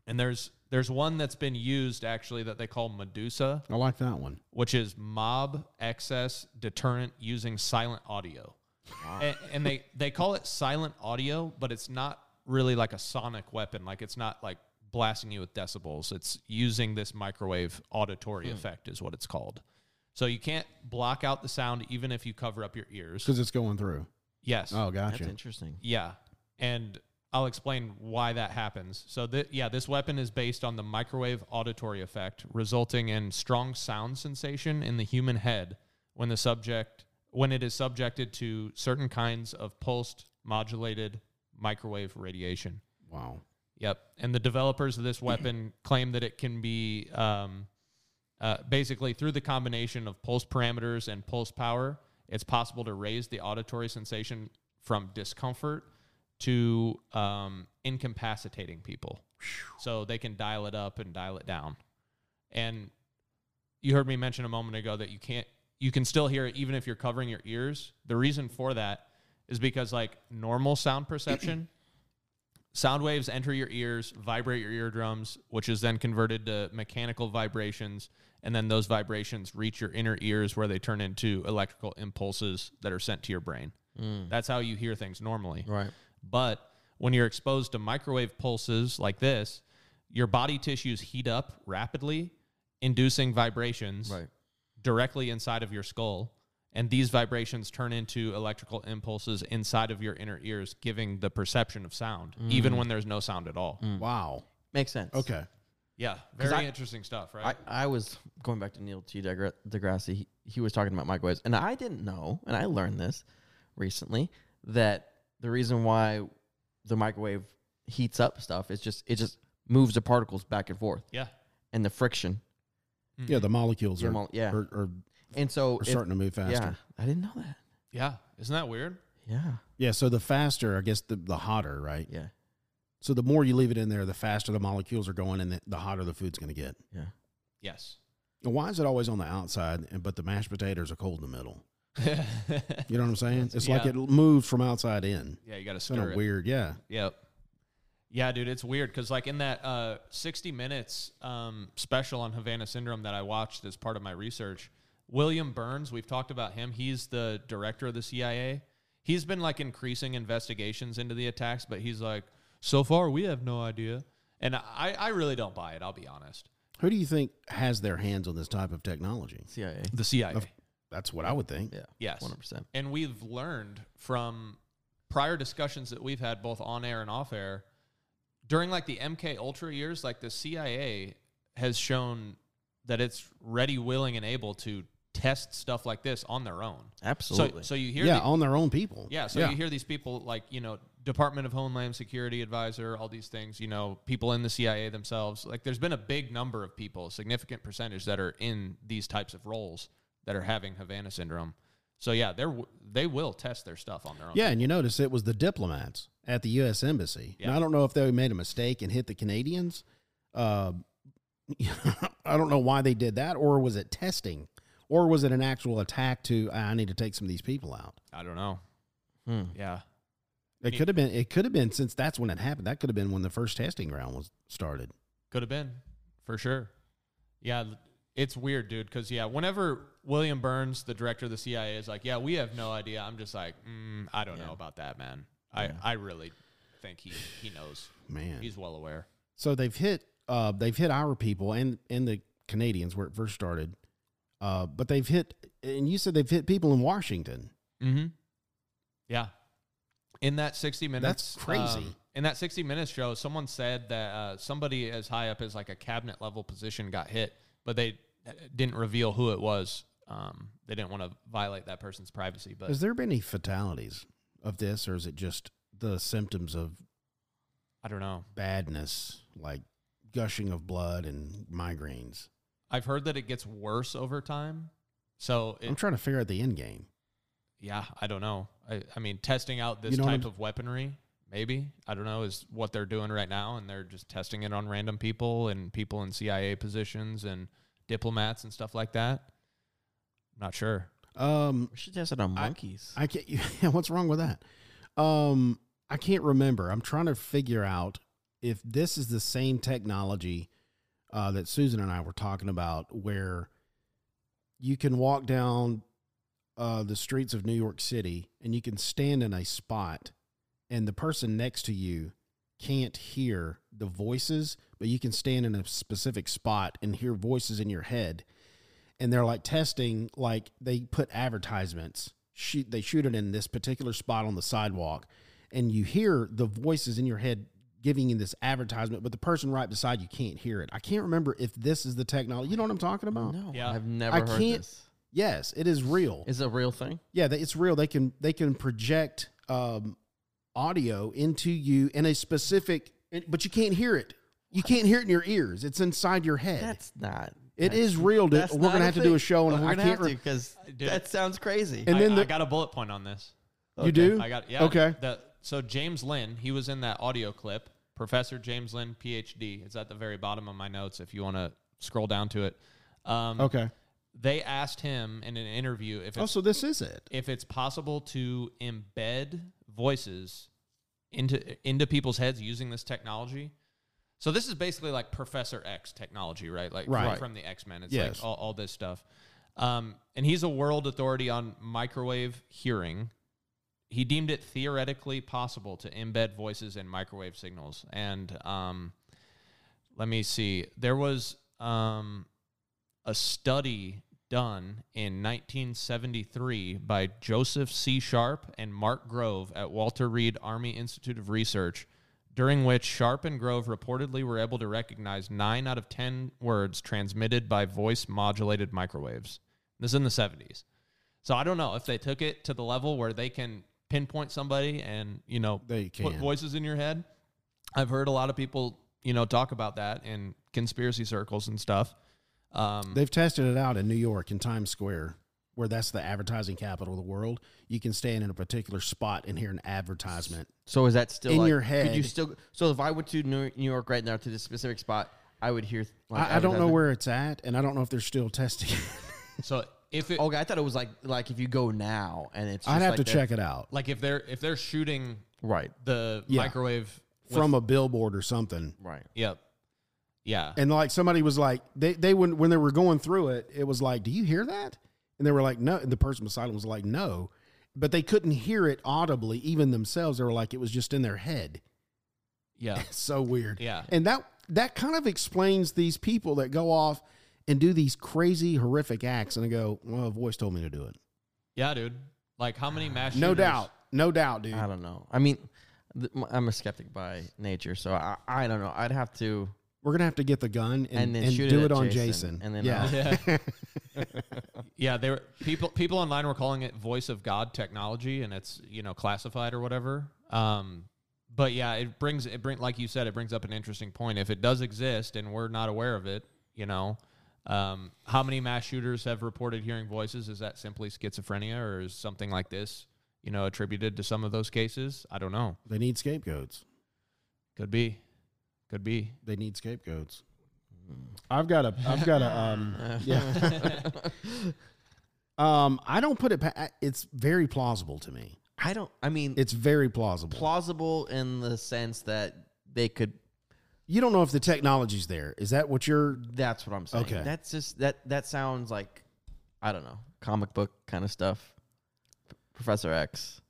Speaker 4: And there's there's one that's been used actually that they call Medusa
Speaker 1: I like that one.
Speaker 4: which is mob excess deterrent using silent audio. And, and they, they call it silent audio, but it's not really like a sonic weapon. Like it's not like blasting you with decibels. It's using this microwave auditory effect, is what it's called. So you can't block out the sound even if you cover up your ears.
Speaker 1: Because it's going through.
Speaker 4: Yes.
Speaker 1: Oh,
Speaker 3: That's
Speaker 1: gotcha.
Speaker 3: interesting.
Speaker 4: Yeah. And I'll explain why that happens. So, th- yeah, this weapon is based on the microwave auditory effect, resulting in strong sound sensation in the human head when the subject when it is subjected to certain kinds of pulsed modulated microwave radiation.
Speaker 1: Wow.
Speaker 4: Yep. And the developers of this weapon [clears throat] claim that it can be um, uh, basically through the combination of pulse parameters and pulse power, it's possible to raise the auditory sensation from discomfort to um, incapacitating people. So they can dial it up and dial it down. And you heard me mention a moment ago that you can't you can still hear it even if you're covering your ears. The reason for that is because like normal sound perception sound waves enter your ears, vibrate your eardrums, which is then converted to mechanical vibrations, and then those vibrations reach your inner ears where they turn into electrical impulses that are sent to your brain. That's how you hear things normally.
Speaker 3: Mm-hmm. Mm. Right.
Speaker 4: But when you're exposed to microwave pulses like this, your body tissues heat up rapidly, inducing vibrations
Speaker 3: Right.
Speaker 4: directly inside of your skull. And these vibrations turn into electrical impulses inside of your inner ears, giving the perception of sound,
Speaker 3: Mm.
Speaker 4: even when there's no sound at all.
Speaker 3: Hmm.
Speaker 1: Wow.
Speaker 3: Makes sense.
Speaker 1: Okay.
Speaker 4: Yeah,
Speaker 3: Mm. 'Cause
Speaker 4: very
Speaker 3: I-
Speaker 4: interesting stuff, right?
Speaker 3: I, I was going back to Neil T. Degra- deGrasse. He, he was talking about microwaves, and I didn't know, and I learned this recently that the reason why the microwave heats up stuff is just it just moves the particles back and forth,
Speaker 4: yeah, Mm.
Speaker 3: and the friction.
Speaker 1: Yeah, the molecules
Speaker 3: The
Speaker 1: are,
Speaker 3: mol- yeah.
Speaker 1: are, are,
Speaker 3: And so,
Speaker 1: are
Speaker 3: if-
Speaker 1: starting to move faster.
Speaker 3: yeah,
Speaker 1: Yeah.
Speaker 3: I didn't know that.
Speaker 4: yeah. Isn't that weird?
Speaker 3: Yeah,
Speaker 1: so the faster, I guess, the, the hotter, right?
Speaker 3: yeah,
Speaker 1: So the more you leave it in there, the faster the molecules are going and the, the hotter the food's going to get.
Speaker 3: yeah. [laughs]
Speaker 4: Yes. [laughs]
Speaker 1: And why is it always on the outside, and but the mashed potatoes are cold in the middle? You know what I'm saying? It's like
Speaker 4: Yeah.
Speaker 1: it moves from outside in.
Speaker 4: yeah, you got to
Speaker 1: It's kind
Speaker 4: stir
Speaker 1: of
Speaker 4: it.
Speaker 1: weird. Yeah.
Speaker 4: Yep. Yeah, dude, it's weird because like in that uh, 60 Minutes um, special on Havana Syndrome that I watched as part of my research, William Burns, we've talked about him. He's the director of the CIA. He's been like increasing investigations into the attacks, but he's like, so far we have no idea. And I, I really don't buy it. I'll be honest.
Speaker 1: Who do you think has their hands on this type of technology?
Speaker 3: CIA.
Speaker 4: The CIA.
Speaker 1: That's what I would think.
Speaker 3: Yeah.
Speaker 4: Yes.
Speaker 3: One hundred percent.
Speaker 4: And we've learned from prior discussions that we've had both on air and off air during like the MK Ultra years, like the CIA has shown that it's ready, willing, and able to test stuff like this on their own.
Speaker 3: Absolutely.
Speaker 4: So, so you hear
Speaker 1: Yeah,
Speaker 4: the-
Speaker 1: on their own people.
Speaker 4: yeah, so you hear these people like, you know, Department of Homeland Security advisor, all these things, you know, people in the CIA themselves. Like there's been a big number of people, a significant percentage that are in these types of roles that are having Havana syndrome. So yeah, they're w- they will test their stuff on their own.
Speaker 1: Yeah, and you notice it was the diplomats at the U.S. embassy. And
Speaker 4: Yeah.
Speaker 1: I don't know if they made a mistake and hit the Canadians. Uh, [laughs] I don't know why they did that, or was it testing, or was it an actual attack to? "Ah, I need to take some of these people out.
Speaker 4: I don't know.
Speaker 3: Hmm.
Speaker 4: Yeah.
Speaker 1: It
Speaker 4: Yeah.
Speaker 1: could have been. It could have been since that's when it happened. That could have been when the first testing ground was started.
Speaker 4: Could have been, for sure. Yeah, l- it's weird, dude. Because yeah, whenever William Burns, the director of the CIA, is like, "Yeah, we have no idea," I'm just like, mm, "I don't know about that, man. I, I really think he he knows.
Speaker 1: Man,
Speaker 4: He's well aware."
Speaker 1: So they've hit uh, they've hit our people and and the Canadians where it first started, uh, but they've hit and you said they've hit people in Washington.
Speaker 4: Mm-hmm. Yeah. In that 60 minutes,
Speaker 1: crazy.
Speaker 4: um, in that 60 minutes show, someone said that uh, somebody as high up as like a cabinet level position got hit, but they uh, didn't reveal who it was. Um, they didn't want to violate that person's privacy, but
Speaker 1: Has there been any fatalities of this, or is it just the symptoms of
Speaker 4: I don't know.
Speaker 1: badness, like gushing of blood and migraines?
Speaker 4: I've heard that it gets worse over time. So
Speaker 1: I'm
Speaker 4: it,
Speaker 1: trying to figure out the end game.
Speaker 4: yeah, I don't know. I, I mean, testing out this
Speaker 1: You know what
Speaker 4: type
Speaker 1: I'm-
Speaker 4: of weaponry, maybe I don't know, is what they're doing right now, and they're just testing it on random people and people in CIA positions and diplomats and stuff like that. Not sure.
Speaker 1: Um,
Speaker 3: We should test it on
Speaker 1: I-
Speaker 3: monkeys.
Speaker 1: I can't. [laughs] Yeah, what's wrong with that? Um, I can't remember. I'm trying to figure out if this is the same technology uh, that Susan and I were talking about, where you can walk down uh, the streets of New York City and you can stand in a spot, and the person next to you can't hear the voices, but you can stand in a specific spot and hear voices in your head and they're like testing like they put advertisements shoot they shoot it in this particular spot on the sidewalk and you hear the voices in your head giving you this advertisement but the person right beside you can't hear it i can't remember if this is the technology you know what i'm talking about
Speaker 3: no,
Speaker 4: Yeah.
Speaker 3: I've never
Speaker 1: I
Speaker 3: heard
Speaker 1: can't-
Speaker 3: this.
Speaker 1: yes it is real
Speaker 3: Is it a real thing?
Speaker 1: yeah they- it's real they can they can project um audio into you in a specific but you can't hear it you can't hear it in your ears it's inside your head
Speaker 3: That's not.
Speaker 1: It is real, dude. We're gonna have to do a show on it.
Speaker 3: and
Speaker 1: I
Speaker 3: We're gonna
Speaker 1: can't
Speaker 3: have to
Speaker 1: re-
Speaker 3: because
Speaker 4: Dude.
Speaker 3: that sounds crazy.
Speaker 1: And
Speaker 4: I,
Speaker 1: then
Speaker 4: I
Speaker 1: the-
Speaker 4: got a bullet point on this.
Speaker 1: you do
Speaker 4: I got yeah.
Speaker 1: Okay.
Speaker 4: The, so James Lynn, he was in that audio clip. Professor James Lynn, PhD. It's at the very bottom of my notes. If you want to scroll down to it. Um,
Speaker 1: okay
Speaker 4: They asked him in an interview if it's
Speaker 1: oh so this is it
Speaker 4: if it's possible to embed voices into into people's heads using this technology. So this is basically like Professor X technology, right? Like
Speaker 1: Right.
Speaker 4: From, from the X Men. It's
Speaker 1: Yes.
Speaker 4: like all, all this stuff. Um, and he's a world authority on microwave hearing. He deemed it theoretically possible to embed voices in microwave signals. And um, let me see. There was um, a study done in 1973 by Joseph C. Sharp and Mark Grove at Walter Reed Army Institute of Research, during which Sharp and Grove reportedly were able to recognize nine out of 10 words transmitted by voice modulated microwaves. This is in the 70s. So I don't know if they took it to the level where they can pinpoint somebody and, you know,
Speaker 1: They
Speaker 4: put
Speaker 1: can.
Speaker 4: voices in your head. I've heard a lot of people, you know, talk about that in conspiracy circles and stuff. Um,
Speaker 1: They've tested it out in New York in Times Square, where that's the advertising capital of the world. You can stand in a particular spot and hear an advertisement.
Speaker 3: So is that still
Speaker 1: In
Speaker 3: like-
Speaker 1: your
Speaker 3: Could you
Speaker 1: head.
Speaker 3: still? So if I went to New New York right now to this specific spot, I would hear. Like,
Speaker 1: I, I don't know
Speaker 3: advertisement.
Speaker 1: where it's at, and I don't know if they're still testing. it.
Speaker 4: so if it,
Speaker 3: Okay, I thought it was like like if you go now and it's.
Speaker 1: I'd
Speaker 3: just
Speaker 1: have
Speaker 3: like
Speaker 1: to
Speaker 3: that-
Speaker 1: check it out
Speaker 4: like if they're if they're shooting
Speaker 3: Right.
Speaker 4: the
Speaker 1: Yeah.
Speaker 4: microwave with-
Speaker 1: from a billboard or something.
Speaker 3: Right.
Speaker 4: yep yeah
Speaker 1: And like somebody was like, they they when when they were going through it, it was like, do you hear that? And they were like, no. And the person beside them was like, no, but they couldn't hear it audibly, even themselves. They were like, it was just in their head.
Speaker 4: yeah
Speaker 1: so weird.
Speaker 4: Yeah.
Speaker 1: And that that kind of explains these people that go off and do these crazy horrific acts and they go, Well, a voice told me to do it.
Speaker 4: yeah dude like how many mass
Speaker 1: No
Speaker 4: shooters-
Speaker 1: doubt. No doubt, dude.
Speaker 3: I don't know. I mean, th- m- I'm a skeptic by nature, so I, I don't know. I'd have to
Speaker 1: We're gonna have to get the gun and,
Speaker 3: And then
Speaker 1: and
Speaker 3: shoot it
Speaker 1: do it,
Speaker 3: at
Speaker 1: on Jason.
Speaker 3: Jason, and then
Speaker 1: yeah,
Speaker 4: Yeah. yeah, they were people people online were calling it voice of God technology and it's, you know, classified or whatever. Um but yeah, it brings it bring like you said, it brings up an interesting point. If it does exist and we're not aware of it, you know, um, how many mass shooters have reported hearing voices? Is that simply schizophrenia or is something like this, you know, attributed to some of those cases? I don't know.
Speaker 1: they need scapegoats.
Speaker 4: Could be. Could be.
Speaker 1: They need scapegoats.
Speaker 8: I've got a. I've got a.
Speaker 3: [laughs]
Speaker 8: Um, yeah.
Speaker 1: Um, I don't put it. Pa- it's very plausible to me.
Speaker 3: I don't. I mean,
Speaker 1: It's very plausible.
Speaker 3: plausible in the sense that they could.
Speaker 1: you don't know if the technology's there. Is that what you're?
Speaker 3: That's what I'm saying.
Speaker 1: Okay.
Speaker 3: That's just that. That sounds like, I don't know, comic book kind of stuff. Professor X.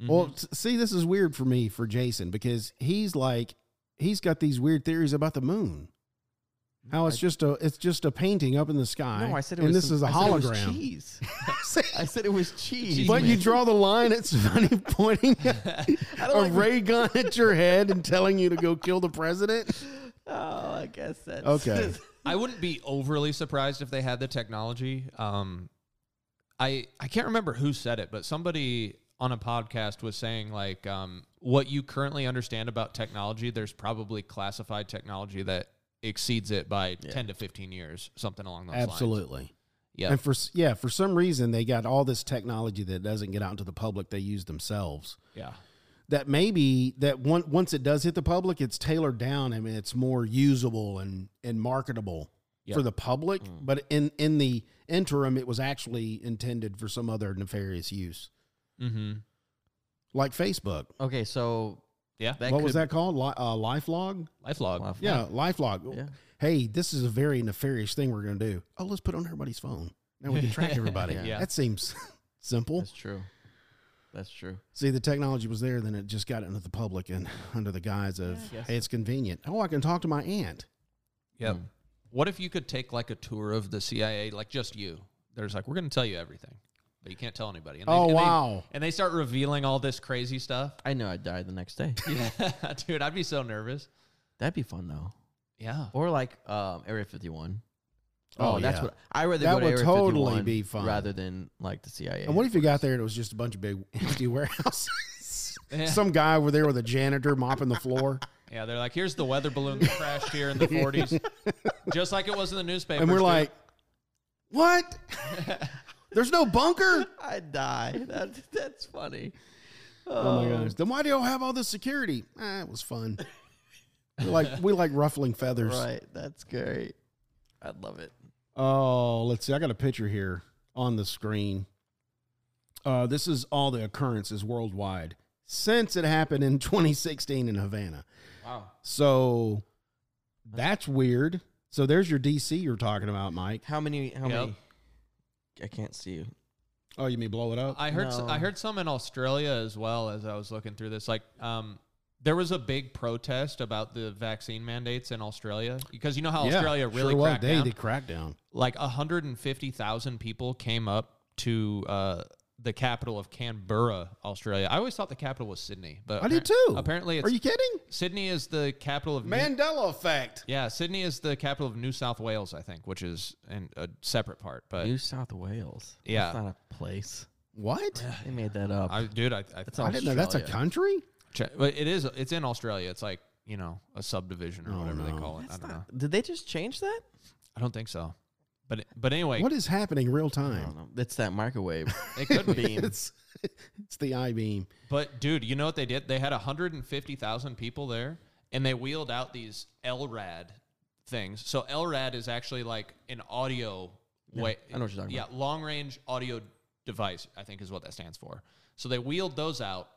Speaker 3: Mm-hmm.
Speaker 1: Well, s- see, this is weird for me for Jason because he's like he's got these weird theories about the moon. How it's just a it's just a painting up in the sky.
Speaker 3: Mm, No, I said it
Speaker 1: and
Speaker 3: was
Speaker 1: this
Speaker 3: some-
Speaker 1: is a
Speaker 3: I said it was
Speaker 1: hologram. [laughs]
Speaker 3: cheese. I said it was cheese.
Speaker 1: but
Speaker 3: [laughs]
Speaker 1: you draw the line at somebody [laughs] pointing a ray gun at your head and telling you to go kill the president.
Speaker 3: Oh, I guess that's
Speaker 1: Okay.
Speaker 4: I wouldn't be overly surprised if they had the technology. Um, I I can't remember who said it, but somebody on a podcast was saying like um, what you currently understand about technology. There's probably classified technology that exceeds it by ten to fifteen years, something along those lines.
Speaker 1: Absolutely.
Speaker 4: Yeah.
Speaker 1: And for s- yeah, for some reason they got all this technology that doesn't get out into the public. They use themselves.
Speaker 4: Yeah.
Speaker 1: that maybe that one, once it does hit the public, it's tailored down. I mean, it's more usable and and marketable for the public. But in in the interim, it was actually intended for some other nefarious use,
Speaker 4: Mm-hmm.
Speaker 1: like Facebook.
Speaker 3: [laughs] Okay, so
Speaker 4: Yeah.
Speaker 3: that
Speaker 1: what
Speaker 3: could,
Speaker 1: was that called? Li- uh, LifeLog.
Speaker 4: Lifelog.
Speaker 3: Wow.
Speaker 1: Yeah, LifeLog.
Speaker 3: Yeah.
Speaker 1: Hey, this is a very nefarious thing we're going to do. Oh, let's put it on everybody's phone. Now we can track everybody.
Speaker 4: [laughs] Yeah.
Speaker 1: That seems [laughs] simple.
Speaker 3: That's true. That's true.
Speaker 1: See, the technology was there, then it just got into the public and [laughs] under the guise of, hey, it's convenient. Oh, I can talk to my aunt.
Speaker 4: Yep. What if you could take like a tour of the CIA, like just you? There's like we're going to tell you everything, but you can't tell anybody. And
Speaker 1: Oh,
Speaker 4: and
Speaker 1: wow.
Speaker 4: and they start revealing all this crazy stuff.
Speaker 3: I know I died the next day. [laughs]
Speaker 4: [laughs] Dude, I'd be so nervous.
Speaker 3: That'd be fun though.
Speaker 4: Yeah.
Speaker 3: Or like um, Area 51.
Speaker 1: Oh,
Speaker 3: that's
Speaker 1: yeah.
Speaker 3: what I rather
Speaker 1: That
Speaker 3: go to
Speaker 1: would
Speaker 3: Area
Speaker 1: totally
Speaker 3: 51
Speaker 1: be fun.
Speaker 3: rather than like the CIA.
Speaker 1: And what if you
Speaker 3: [laughs]
Speaker 1: got there and it was just a bunch of big [laughs]
Speaker 4: [laughs]
Speaker 1: empty warehouses? Some guy over there with a janitor mopping the
Speaker 4: [laughs]
Speaker 1: floor,
Speaker 4: Yeah, they're like, here's the weather balloon that crashed here in
Speaker 1: [laughs]
Speaker 4: the 40s, just like it was in the newspaper.
Speaker 1: and we're
Speaker 4: [laughs]
Speaker 1: like, "What? There's no
Speaker 4: [laughs]
Speaker 1: bunker?
Speaker 3: I die. That that's funny.
Speaker 1: Oh my gosh! Then why do y'all have all this security? Ah, it was fun. We like we like ruffling feathers.
Speaker 3: Right. That's great. I'd love it.
Speaker 1: Oh, let's see. I got a picture here on the screen. Uh, this is all the occurrences worldwide since it happened in [laughs] 2016 in Havana. Wow. So that's weird. So there's your DC you're talking about, Mike.
Speaker 3: How many? How
Speaker 4: Yep.
Speaker 3: many? I can't see you.
Speaker 1: Oh, you mean blow it up?
Speaker 4: I heard s
Speaker 3: No.
Speaker 4: I heard some in Australia as well as I was looking through this. Like, um, there was a big protest about the vaccine mandates in Australia because you know how Australia really
Speaker 1: sure was.
Speaker 4: cracked
Speaker 1: they
Speaker 4: down.
Speaker 1: did crack down.
Speaker 4: like 150,000 people came up to uh, the capital of Canberra, Australia. I always thought the capital was Sydney, but
Speaker 1: I did
Speaker 4: appar-
Speaker 1: too.
Speaker 4: Apparently, it's
Speaker 1: are you kidding?
Speaker 4: Sydney is the capital of New-
Speaker 1: Mandela effect.
Speaker 4: Yeah, Sydney is the capital of New South Wales, I think, which is an, a separate part. But
Speaker 3: New South Wales.
Speaker 4: Yeah.
Speaker 3: That's not
Speaker 1: [sighs]
Speaker 3: a place.
Speaker 1: What?
Speaker 3: They made that up.
Speaker 4: I, dude, I, I,
Speaker 3: That's
Speaker 1: I didn't know that's a
Speaker 3: Australia.
Speaker 1: country.
Speaker 4: che- but it is. It's in Australia. It's like you know a subdivision or
Speaker 1: Oh,
Speaker 4: whatever
Speaker 1: no.
Speaker 4: they call it. I
Speaker 3: That's
Speaker 4: don't know.
Speaker 3: not- Did they just change that?
Speaker 4: I don't think so. But it- but anyway,
Speaker 1: What is happening real
Speaker 3: I don't
Speaker 1: time?
Speaker 3: know. It's that microwave.
Speaker 1: [laughs]
Speaker 4: it could be.
Speaker 1: It's it's the I beam.
Speaker 4: But dude, you know what they did? They had 150,000 people there and they wheeled out these LRAD things. So LRAD is actually like an audio way
Speaker 3: I know what you're talking about.
Speaker 4: Yeah, long range audio device, I think is what that stands for. So they wheeled those out.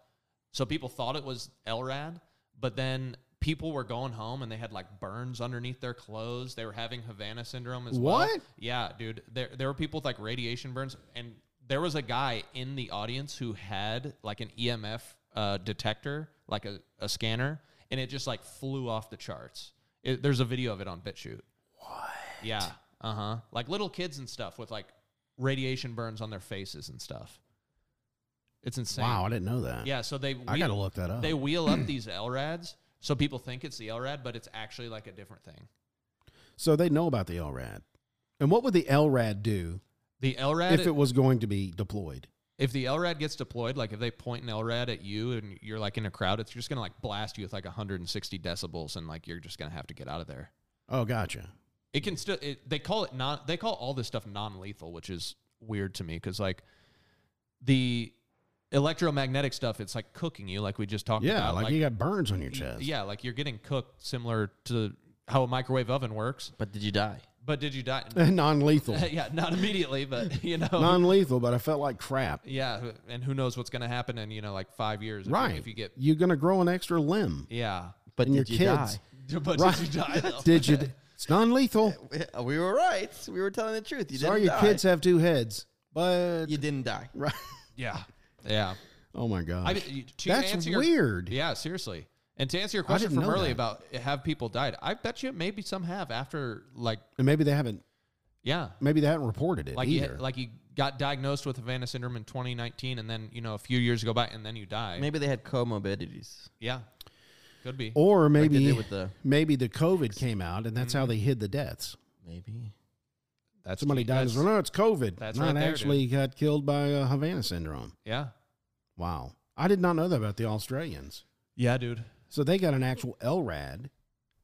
Speaker 4: So people thought it was LRAD, but then people were going home and they had like burns underneath their clothes. They were having Havana syndrome as well.
Speaker 1: What?
Speaker 4: Yeah, dude. There there were people with like radiation burns, and there was a guy in the audience who had like an EMF uh, detector, like a, a scanner, and it just like flew off the charts. It, there's a video of it on BitChute. What? Yeah. Uh huh. Like little kids and stuff with like radiation burns on their faces and stuff. It's insane.
Speaker 1: Wow, I didn't know that.
Speaker 4: Yeah. So they
Speaker 1: I gotta look that up. [clears throat]
Speaker 4: They wheel up these LRADs. So people think it's the LRAD, but it's actually like a different thing.
Speaker 1: So they know about the LRAD. And what would the LRAD do
Speaker 4: The LRAD,
Speaker 1: if it was going to be deployed?
Speaker 4: if the LRAD gets deployed, like if they point an LRAD at you and you're like in a crowd, it's just gonna like blast you with like 160 decibels, and like you're just gonna have to get out of there.
Speaker 1: Oh, gotcha.
Speaker 4: It can still. It, they call it non. They call all this stuff non-lethal, which is weird to me because like the electromagnetic stuff, it's like cooking you, like we just talked
Speaker 1: Yeah,
Speaker 4: about.
Speaker 1: like, you got burns on your chest. [laughs]
Speaker 4: yeah, like you're getting cooked, similar to how a microwave oven works.
Speaker 3: But did you die?
Speaker 4: But did
Speaker 1: [laughs]
Speaker 4: you die? [laughs]
Speaker 1: non lethal.
Speaker 4: yeah, not immediately, but you know,
Speaker 1: non lethal, but I felt like crap.
Speaker 4: yeah. And who knows what's going to happen in you know like five years? If you-
Speaker 1: right.
Speaker 4: If you get
Speaker 1: You're going to grow an extra limb.
Speaker 4: yeah, [laughs]
Speaker 3: But
Speaker 1: And your
Speaker 3: did you
Speaker 1: kids.
Speaker 4: but
Speaker 1: Right.
Speaker 4: [laughs] did you die? though?
Speaker 1: [laughs] Did you? It's non lethal.
Speaker 3: die? We were right. We were telling the truth. You
Speaker 1: Sorry,
Speaker 3: didn't
Speaker 1: your
Speaker 3: die.
Speaker 1: kids have two heads, but
Speaker 3: You didn't die.
Speaker 1: [laughs] right.
Speaker 4: [laughs] Yeah, yeah.
Speaker 1: Oh my
Speaker 4: I
Speaker 1: god,
Speaker 4: mean, to
Speaker 1: that's
Speaker 4: answer your-
Speaker 1: weird.
Speaker 4: Yeah, seriously. And to answer your question
Speaker 1: didn't
Speaker 4: from
Speaker 1: know that.
Speaker 4: earlier about have people died, I bet you maybe some have after like
Speaker 1: And maybe they haven't.
Speaker 4: yeah,
Speaker 1: Maybe they haven't reported it
Speaker 4: like
Speaker 1: either.
Speaker 4: you, like you got diagnosed with Havana syndrome in 2019, and then you know a few years go by, and then you die.
Speaker 3: Maybe they had comorbidities.
Speaker 4: Yeah, could be.
Speaker 1: or
Speaker 3: Like they
Speaker 1: maybe
Speaker 3: did with the
Speaker 1: maybe the COVID came out and that's how
Speaker 4: Mm-hmm.
Speaker 1: they hid the deaths.
Speaker 3: maybe.
Speaker 4: That's
Speaker 1: Somebody
Speaker 4: ge-
Speaker 1: died. and
Speaker 4: that's-
Speaker 1: said, no, it's COVID.
Speaker 4: that's
Speaker 1: not
Speaker 4: right there,
Speaker 1: actually got killed by uh, Havana syndrome.
Speaker 4: Yeah,
Speaker 1: Wow, I did not know that about the Australians.
Speaker 4: yeah, dude.
Speaker 1: So they got an actual LRAD.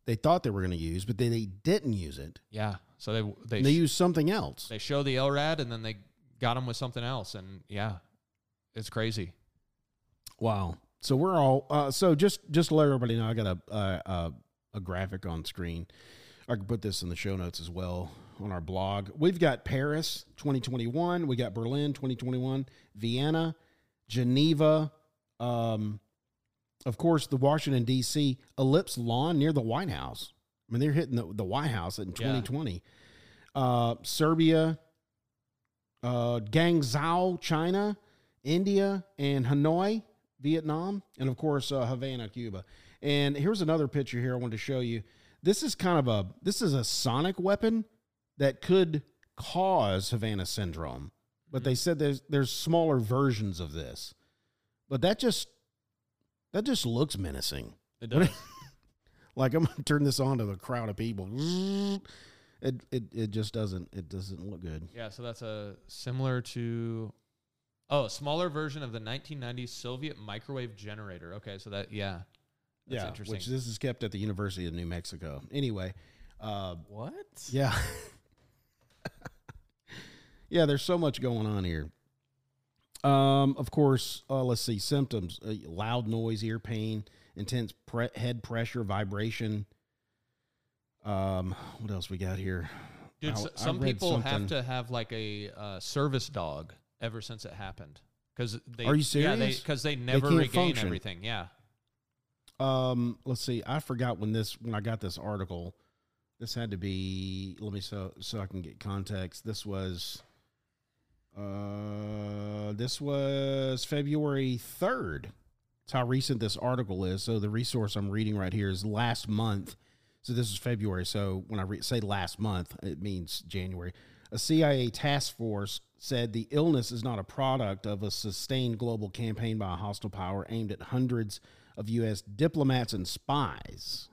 Speaker 1: They thought they were going to use, but they, they didn't use it.
Speaker 4: Yeah. So they they
Speaker 1: And
Speaker 4: they,
Speaker 1: they used something else.
Speaker 4: they show the LRAD, and then they got him with something else, and yeah, it's crazy.
Speaker 1: Wow. So we're all uh, so just just to let everybody know. I got a uh, uh, a graphic on screen. I can put this in the show notes as well on our blog. We've got Paris 2021. We got Berlin 2021. Vienna, Geneva. Um, of course, the Washington D.C. Ellipse Lawn near the White House. I mean, they're hitting the, the White House in 2020. Uh, Serbia, uh, Guangzhou, China, India, and Hanoi, Vietnam, and of course uh, Havana, Cuba. And here's another picture here I wanted to show you. This is kind of a this is a sonic weapon that could cause Havana syndrome, but
Speaker 4: Mm-hmm.
Speaker 1: they said there's there's smaller versions of this. But that just that just looks menacing.
Speaker 4: It does.
Speaker 1: [laughs] Like I'm gonna turn this on to the crowd of people. It, it, it just doesn't it doesn't look good.
Speaker 4: Yeah, so that's a similar to oh, a smaller version of the 1990s Soviet microwave generator. Okay, so that yeah, that's interesting.
Speaker 1: Which this is kept at the University of New Mexico. Anyway, uh,
Speaker 3: What?
Speaker 1: yeah, [laughs] yeah. There's so much going on here. Um, of course, uh, let's see symptoms: uh, loud noise, ear pain, intense pre- head pressure, vibration. Um, what else we got here?
Speaker 4: Dude,
Speaker 1: I-
Speaker 4: so,
Speaker 1: I
Speaker 4: some
Speaker 1: read
Speaker 4: people have
Speaker 1: something.
Speaker 4: to have like a uh, service dog ever since it happened. Cause they,
Speaker 1: Are you
Speaker 4: Yeah,
Speaker 1: serious?
Speaker 4: because they never
Speaker 1: can't
Speaker 4: regain
Speaker 1: function.
Speaker 4: everything. Yeah,
Speaker 1: Um, let's see. I forgot when this when I got this article. This had to be. Let me so so I can get context. This was. Uh, this was February third. It's how recent this article is. So the resource I'm reading right here is last month. So this is February. So when I re- say last month, it means January. A CIA task force said the illness is not a product of a sustained global campaign by a hostile power aimed at hundreds of U.S. diplomats and spies.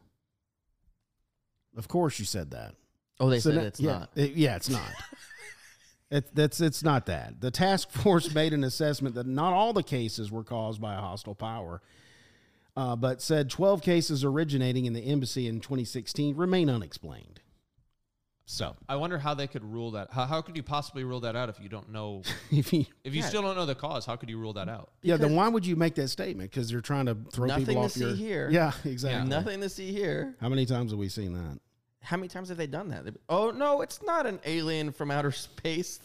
Speaker 1: Of course, you said that.
Speaker 3: Oh, they
Speaker 1: So
Speaker 3: said
Speaker 1: na-
Speaker 3: it's
Speaker 1: yeah,
Speaker 3: not.
Speaker 1: it- yeah, it's
Speaker 3: [laughs]
Speaker 1: not. it, that's it's not that. The task [laughs] force made an assessment that not all the cases were caused by a hostile power, uh, but said 12 cases originating in the embassy in 2016 remain unexplained. So, [laughs]
Speaker 4: I wonder how they could rule that. How, how could you possibly rule that out if you don't know?
Speaker 1: if you,
Speaker 4: If you
Speaker 3: Yeah.
Speaker 4: still don't know the cause, how could you rule that out?
Speaker 1: yeah, then why would you make that statement? Because you're trying to throw
Speaker 3: Nothing
Speaker 1: people
Speaker 3: to
Speaker 1: off
Speaker 3: see
Speaker 1: your.
Speaker 3: here.
Speaker 1: Yeah, exactly.
Speaker 3: Nothing to see here.
Speaker 1: How many times have we seen that?
Speaker 3: How many times have they done that? They- Oh no, it's not an alien from outer [laughs] space.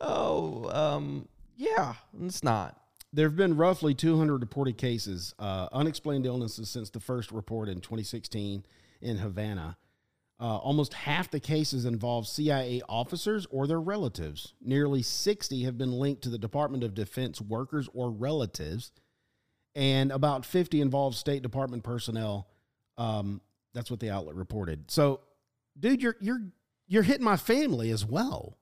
Speaker 3: oh, um, yeah, it's not.
Speaker 1: There have been roughly 200 reported cases, uh, unexplained illnesses since the first report in 2016 in Havana. Uh, almost half the cases involve CIA officers or their relatives. Nearly 60 have been linked to the Department of Defense workers or relatives, and about 50 involve State Department personnel. Um, that's what the outlet reported. So, dude, you're you're you're hitting my family as well.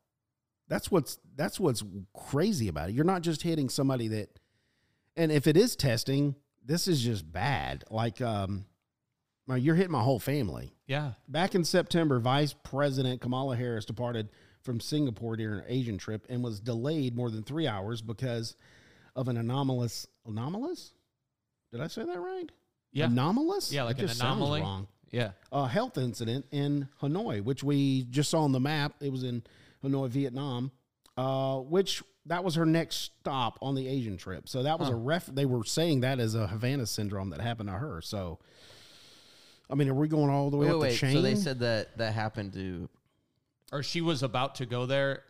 Speaker 1: That's what's that's what's crazy about it. You're not just hitting somebody that, and if it is testing, this is just bad. Like, um, Now, You're hitting my whole family.
Speaker 4: Yeah.
Speaker 1: Back in September, Vice President Kamala Harris departed from Singapore during an Asian trip and was delayed more than three hours because of an anomalous anomalous. Did I say that right?
Speaker 4: Yeah.
Speaker 1: Anomalous.
Speaker 4: Yeah, like
Speaker 1: That
Speaker 4: an
Speaker 1: just sounds
Speaker 4: anomaly.
Speaker 1: wrong.
Speaker 4: Yeah.
Speaker 1: A health incident in Hanoi, which we just saw on the map. It was in Hanoi, Vietnam. Uh, which that was her next stop on the Asian trip. So that was a ref. They were saying that as a Havana syndrome that happened to her. So. I mean, are we going all the way
Speaker 3: Wait,
Speaker 1: up the
Speaker 3: wait.
Speaker 1: chain?
Speaker 3: So they said that that happened to.
Speaker 4: Or she was about to go there,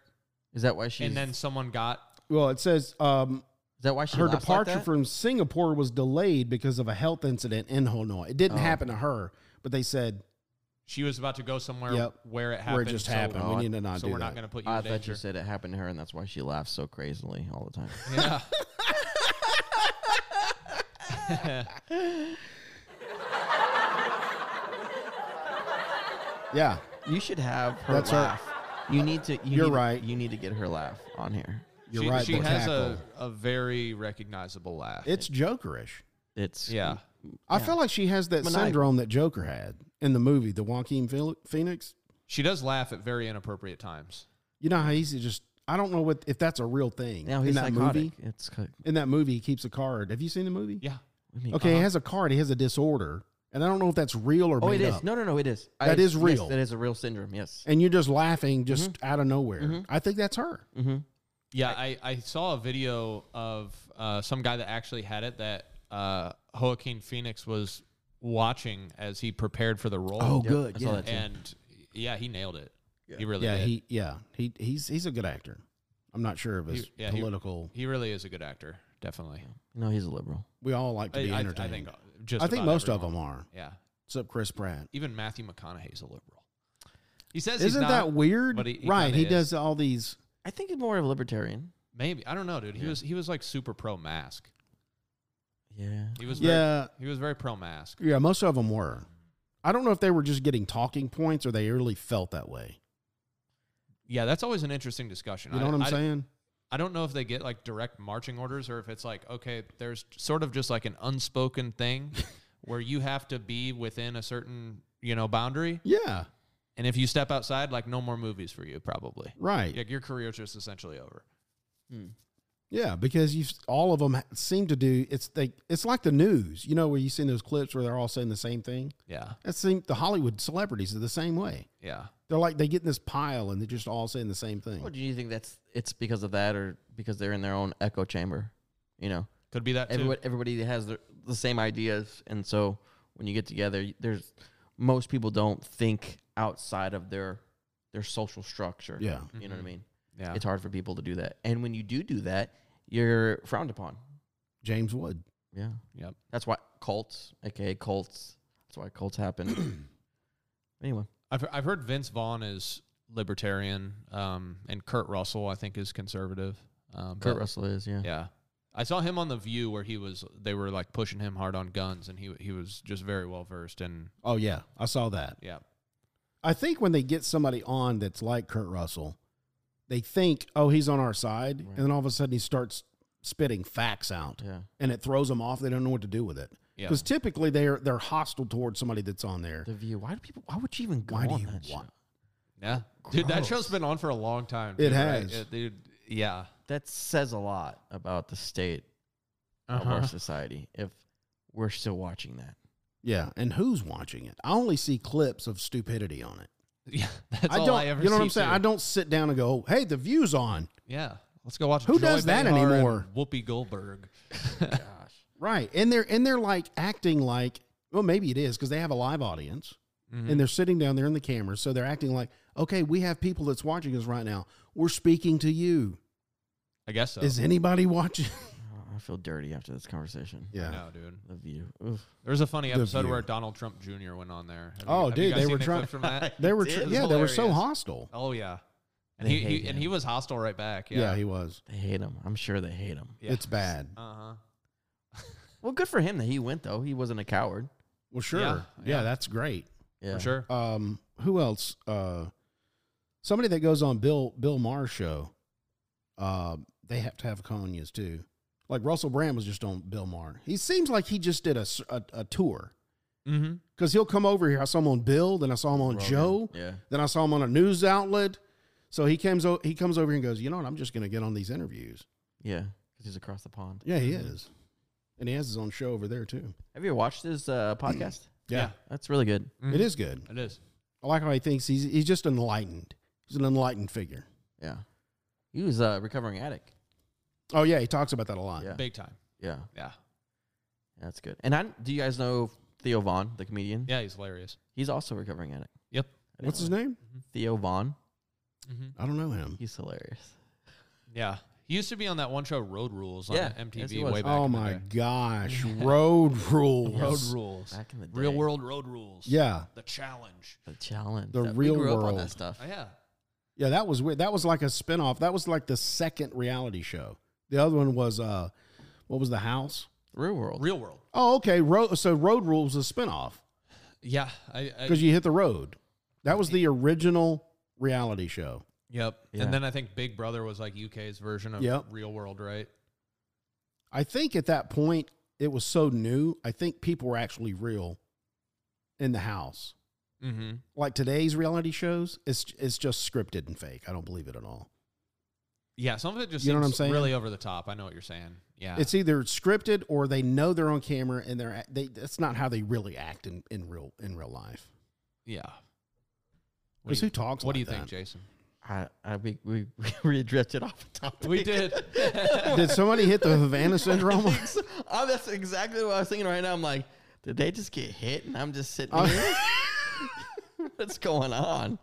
Speaker 3: Is that why she?
Speaker 4: and then someone got.
Speaker 1: Well, it says um,
Speaker 3: is that why she?
Speaker 1: her
Speaker 3: laughs like
Speaker 1: departure
Speaker 3: that?
Speaker 1: from Singapore was delayed because of a health incident in Hanoi. It didn't
Speaker 3: Oh.
Speaker 1: happen to her, but they said
Speaker 4: She was about to go somewhere
Speaker 1: Yep.
Speaker 4: where it happened.
Speaker 1: where it just
Speaker 4: so-
Speaker 1: happened.
Speaker 3: Oh,
Speaker 1: we
Speaker 3: I-
Speaker 1: need to
Speaker 4: So,
Speaker 1: not do
Speaker 4: we're
Speaker 1: that.
Speaker 4: not going to put you
Speaker 3: I
Speaker 4: in
Speaker 3: thought
Speaker 4: danger.
Speaker 3: you said it happened to her, and that's why she laughs so crazily all [laughs] the time.
Speaker 4: Yeah.
Speaker 1: yeah,
Speaker 3: You should have her
Speaker 1: That's her-
Speaker 3: laugh. You need to. You
Speaker 1: You're
Speaker 3: need-
Speaker 1: right.
Speaker 3: You need to get her laugh on here.
Speaker 1: you're
Speaker 4: she
Speaker 1: right.
Speaker 4: she
Speaker 1: the
Speaker 4: has
Speaker 1: cackle.
Speaker 4: a, a very recognizable laugh.
Speaker 1: It's Jokerish.
Speaker 3: It's
Speaker 4: yeah.
Speaker 1: I feel like she has that
Speaker 3: Maniacal.
Speaker 1: syndrome that Joker had in the movie, the Joaquin Phil- Phoenix.
Speaker 4: She does laugh at very inappropriate times.
Speaker 1: You know how he's just. I don't know what if that's a real thing.
Speaker 3: Now
Speaker 1: in
Speaker 3: he's
Speaker 1: that
Speaker 3: psychotic.
Speaker 1: movie,
Speaker 3: It's co-
Speaker 1: in that movie, he keeps a card. Have you seen the movie?
Speaker 4: Yeah. uh-huh.
Speaker 3: I mean,
Speaker 1: Okay, he has a card. He has a disorder, and I don't know if that's real or
Speaker 3: Oh,
Speaker 1: made
Speaker 3: it is.
Speaker 1: up.
Speaker 3: No, no, no. It is.
Speaker 1: That
Speaker 3: That
Speaker 1: is
Speaker 3: is
Speaker 1: real.
Speaker 3: that is a real syndrome. Yes.
Speaker 1: And you're just laughing just
Speaker 4: Mm-hmm.
Speaker 1: out of nowhere. I think that's her.
Speaker 3: Mm-hmm.
Speaker 4: Yeah, I, I saw a video of uh, some guy that actually had it that uh, Joaquin Phoenix was watching as he prepared for the role.
Speaker 1: good.
Speaker 3: I saw that too.
Speaker 4: and yeah, he nailed it. Oh, He really
Speaker 1: Oh, yeah,
Speaker 4: did.
Speaker 1: he yeah he he's he's a good actor. I'm not sure of his
Speaker 4: He- yeah, he-
Speaker 1: political.
Speaker 4: He really is a good actor, definitely.
Speaker 3: No, he's a liberal.
Speaker 1: we all like to
Speaker 4: I,
Speaker 1: be
Speaker 4: I- I
Speaker 1: entertained.
Speaker 4: think just
Speaker 1: I think
Speaker 4: about
Speaker 1: most of
Speaker 4: everyone.
Speaker 1: them are,
Speaker 4: Yeah,
Speaker 1: except Chris Pratt.
Speaker 4: even Matthew McConaughey's a liberal. He says he's
Speaker 1: Isn't
Speaker 4: not,
Speaker 1: that weird?
Speaker 4: but he- he
Speaker 1: right,
Speaker 4: kinda
Speaker 1: he
Speaker 4: is.
Speaker 1: does all these.
Speaker 3: I think he's more of a libertarian.
Speaker 4: Maybe I don't know, dude. He was he was like super pro mask.
Speaker 3: Yeah.
Speaker 4: He was very,
Speaker 1: Yeah,
Speaker 4: he was very pro mask.
Speaker 1: yeah, most of them were. I don't know if they were just getting talking points or they really felt that way.
Speaker 4: Yeah, that's always an interesting discussion.
Speaker 1: You know
Speaker 4: I-
Speaker 1: what I'm
Speaker 4: I-
Speaker 1: saying?
Speaker 4: I don't know if they get like direct marching orders or if it's like, okay, there's sort of just like an
Speaker 1: [laughs]
Speaker 4: unspoken thing where you have to be within a certain, you know, boundary.
Speaker 1: Yeah,
Speaker 4: And if you step outside, like no more movies for you, probably.
Speaker 1: right.
Speaker 4: Like your career's just essentially over.
Speaker 1: Yeah, because you all of them seem to do. It's they. It's like the news. You know where you seen those clips where they're all saying the same thing.
Speaker 4: Yeah.
Speaker 1: That seem the Hollywood celebrities are the same way.
Speaker 4: Yeah.
Speaker 1: They're like they get in this pile and they're just all saying the same thing.
Speaker 3: Well, do you think that's it's because of that, or because they're in their own echo chamber? You know,
Speaker 4: Could be that too.
Speaker 3: everybody, everybody has their, the same ideas, and so when you get together, y- there's most people don't think outside of their their social structure.
Speaker 1: Yeah.
Speaker 3: you
Speaker 4: Mm-hmm.
Speaker 3: know what I mean.
Speaker 4: yeah.
Speaker 3: It's hard for people to do that, and when you do do that, you're frowned upon.
Speaker 1: James Wood.
Speaker 3: Yeah,
Speaker 4: Yep.
Speaker 3: that's why cults, aka cults. That's why cults happen. anyway,
Speaker 4: I've, I've heard Vince Vaughn is libertarian um, and Kurt Russell, I think, is conservative. Um,
Speaker 3: Kurt
Speaker 4: but-
Speaker 3: Russell is yeah.
Speaker 4: Yeah. I saw him on The View where he was, they were like pushing him hard on guns and he, he was just very well versed. And
Speaker 1: Oh yeah, I saw that.
Speaker 4: yeah.
Speaker 1: I think when they get somebody on that's like Kurt Russell, they think, "Oh, he's on our side,"
Speaker 3: Right.
Speaker 1: and then all of a sudden he starts spitting facts out,
Speaker 3: yeah.
Speaker 1: and it throws them off. They don't know what to do with it
Speaker 4: Yeah.
Speaker 1: because typically they're they're hostile towards somebody that's on there.
Speaker 3: The view. Why do people? Why would you even go
Speaker 1: Why do
Speaker 3: on
Speaker 1: you
Speaker 3: that show?
Speaker 1: want-
Speaker 4: Yeah, dude, that
Speaker 3: Gross.
Speaker 4: show's been on for a long time.
Speaker 1: It
Speaker 4: dude, right?
Speaker 1: has.
Speaker 4: Uh, dude. Yeah,
Speaker 3: that says a lot about the state
Speaker 1: Uh-huh.
Speaker 3: of
Speaker 4: Uh-huh.
Speaker 3: our society if we're still watching that.
Speaker 1: Yeah, and who's watching it? I only see clips of stupidity on it.
Speaker 4: [laughs] yeah. That's
Speaker 1: I
Speaker 4: all
Speaker 1: don't.
Speaker 4: I ever.
Speaker 1: you know what
Speaker 4: see,
Speaker 1: I'm saying?
Speaker 4: too.
Speaker 1: I don't sit down and go, "Hey, the view's on."
Speaker 4: Yeah, let's go watch.
Speaker 1: Who
Speaker 4: Joy
Speaker 1: does that
Speaker 4: Behar and
Speaker 1: anymore?
Speaker 4: Whoopi Goldberg. [laughs]
Speaker 1: Right. And they're and they're like acting like well, maybe it is because they have a live audience and they're sitting down there in the camera. So they're acting like, okay, we have people that's watching us right now. We're speaking to you.
Speaker 4: I guess so.
Speaker 1: Is anybody
Speaker 4: [laughs]
Speaker 1: watching?
Speaker 3: Oh, I feel dirty after this conversation.
Speaker 1: yeah.
Speaker 4: No, dude.
Speaker 3: The view. Oof.
Speaker 4: There was a funny
Speaker 1: The
Speaker 4: episode
Speaker 1: View.
Speaker 4: where Donald Trump Jr. went on there. Have you-
Speaker 1: Oh,
Speaker 4: have you
Speaker 1: dude,
Speaker 4: guys
Speaker 1: they
Speaker 4: seen
Speaker 1: were
Speaker 4: the
Speaker 1: trying- [laughs]
Speaker 4: clip from that.
Speaker 1: They were
Speaker 4: It
Speaker 1: tr-
Speaker 4: was
Speaker 1: yeah, they were so
Speaker 4: hilarious.
Speaker 1: hostile.
Speaker 4: Oh yeah, and
Speaker 3: They
Speaker 4: he, he
Speaker 3: hate
Speaker 4: and he
Speaker 3: him.
Speaker 4: was hostile right back.
Speaker 1: Yeah,
Speaker 4: Yeah,
Speaker 1: he was.
Speaker 3: They hate him. I'm sure they hate him.
Speaker 1: It's bad.
Speaker 4: Uh huh.
Speaker 3: Well, good for him that he went though. He wasn't a coward.
Speaker 1: Well, sure. Yeah,
Speaker 4: yeah.
Speaker 1: that's great.
Speaker 3: Yeah.
Speaker 4: For sure.
Speaker 1: Um, who else? Uh, somebody that goes on Bill Bill Maher's show. Uh, they have to have conyas too. Like Russell Brand was just on Bill Maher. He seems like he just did a s- a- a tour.
Speaker 4: Mm-hmm.
Speaker 1: because he'll come over here. I saw him on Bill, then I saw him on Joe,
Speaker 3: Yeah.
Speaker 1: then I saw him on a news outlet. So he comes o- he comes over here and goes, you know what? I'm just going to get on these interviews.
Speaker 3: Yeah. Because he's across the pond. Mm-hmm.
Speaker 1: Yeah, he
Speaker 4: Mm-hmm.
Speaker 1: is, and he has his own show over there too.
Speaker 3: Have you ever watched his uh, podcast?
Speaker 1: Yeah.
Speaker 3: That's really good.
Speaker 1: It is good.
Speaker 4: It is.
Speaker 1: I like how he thinks he's he's just enlightened. He's an enlightened figure.
Speaker 3: Yeah. He was a recovering addict.
Speaker 1: Oh yeah, he talks about that a lot.
Speaker 3: Yeah.
Speaker 4: Big time.
Speaker 3: Yeah.
Speaker 4: Yeah.
Speaker 3: That's good. And I do you guys know Theo Vaughn, the comedian?
Speaker 4: Yeah, he's hilarious.
Speaker 3: He's also a recovering addict.
Speaker 4: Yep.
Speaker 3: I didn't
Speaker 1: What's his
Speaker 3: know
Speaker 1: name?
Speaker 3: that. Theo Vaughn.
Speaker 4: Mm-hmm.
Speaker 1: I don't know him.
Speaker 3: He's hilarious.
Speaker 4: Yeah. He used to be on that one show, Road Rules, on
Speaker 3: Yeah,
Speaker 4: MTV
Speaker 3: yes, he was.
Speaker 4: way back.
Speaker 1: Oh
Speaker 4: in the
Speaker 1: my
Speaker 4: day. [laughs]
Speaker 1: gosh, road rules.
Speaker 4: Road Rules.
Speaker 3: Back in the day.
Speaker 4: Real world road rules.
Speaker 1: Yeah,
Speaker 4: The challenge.
Speaker 3: The challenge.
Speaker 1: The
Speaker 3: That-
Speaker 1: real
Speaker 3: we grew up on
Speaker 1: world.
Speaker 3: that stuff.
Speaker 4: Oh, yeah.
Speaker 1: yeah, that was weird. That was like a spinoff. That was like the second reality show. The other one was uh, what was the house?
Speaker 3: Real world.
Speaker 4: Real world.
Speaker 1: Oh, okay. Road. So road rules is a spinoff
Speaker 4: Yeah. I, I,
Speaker 1: because you hit the road. That was the original reality show.
Speaker 4: yep.
Speaker 3: Yeah.
Speaker 4: And then I think Big Brother was like UK's version of
Speaker 1: Yep.
Speaker 4: Real World, right?
Speaker 1: I think at that point it was so new. I think people were actually real in the house.
Speaker 4: Mm-hmm.
Speaker 1: Like today's reality shows, it's it's just scripted and fake. I don't believe it at all.
Speaker 4: Yeah. Some of it just
Speaker 1: You know what
Speaker 4: seems
Speaker 1: I'm saying?
Speaker 4: really over the top. I know what you're saying. Yeah.
Speaker 1: It's either scripted or they know they're on camera and they're act- they. That's not how they really act in, in real in real life.
Speaker 4: yeah. What
Speaker 1: Because
Speaker 4: do you-
Speaker 1: who talks?
Speaker 4: What
Speaker 1: like
Speaker 4: do you
Speaker 1: that?
Speaker 4: think, Jason? [laughs]
Speaker 3: I, I we we, [laughs] we drifted off the topic.
Speaker 4: We
Speaker 3: [laughs]
Speaker 4: did.
Speaker 1: [laughs]
Speaker 4: [laughs]
Speaker 1: Did somebody hit the Havana syndrome? [laughs]
Speaker 3: oh, that's exactly what I was thinking right now. I'm like, did they just get hit? And I'm just sitting here. [laughs] What's going on?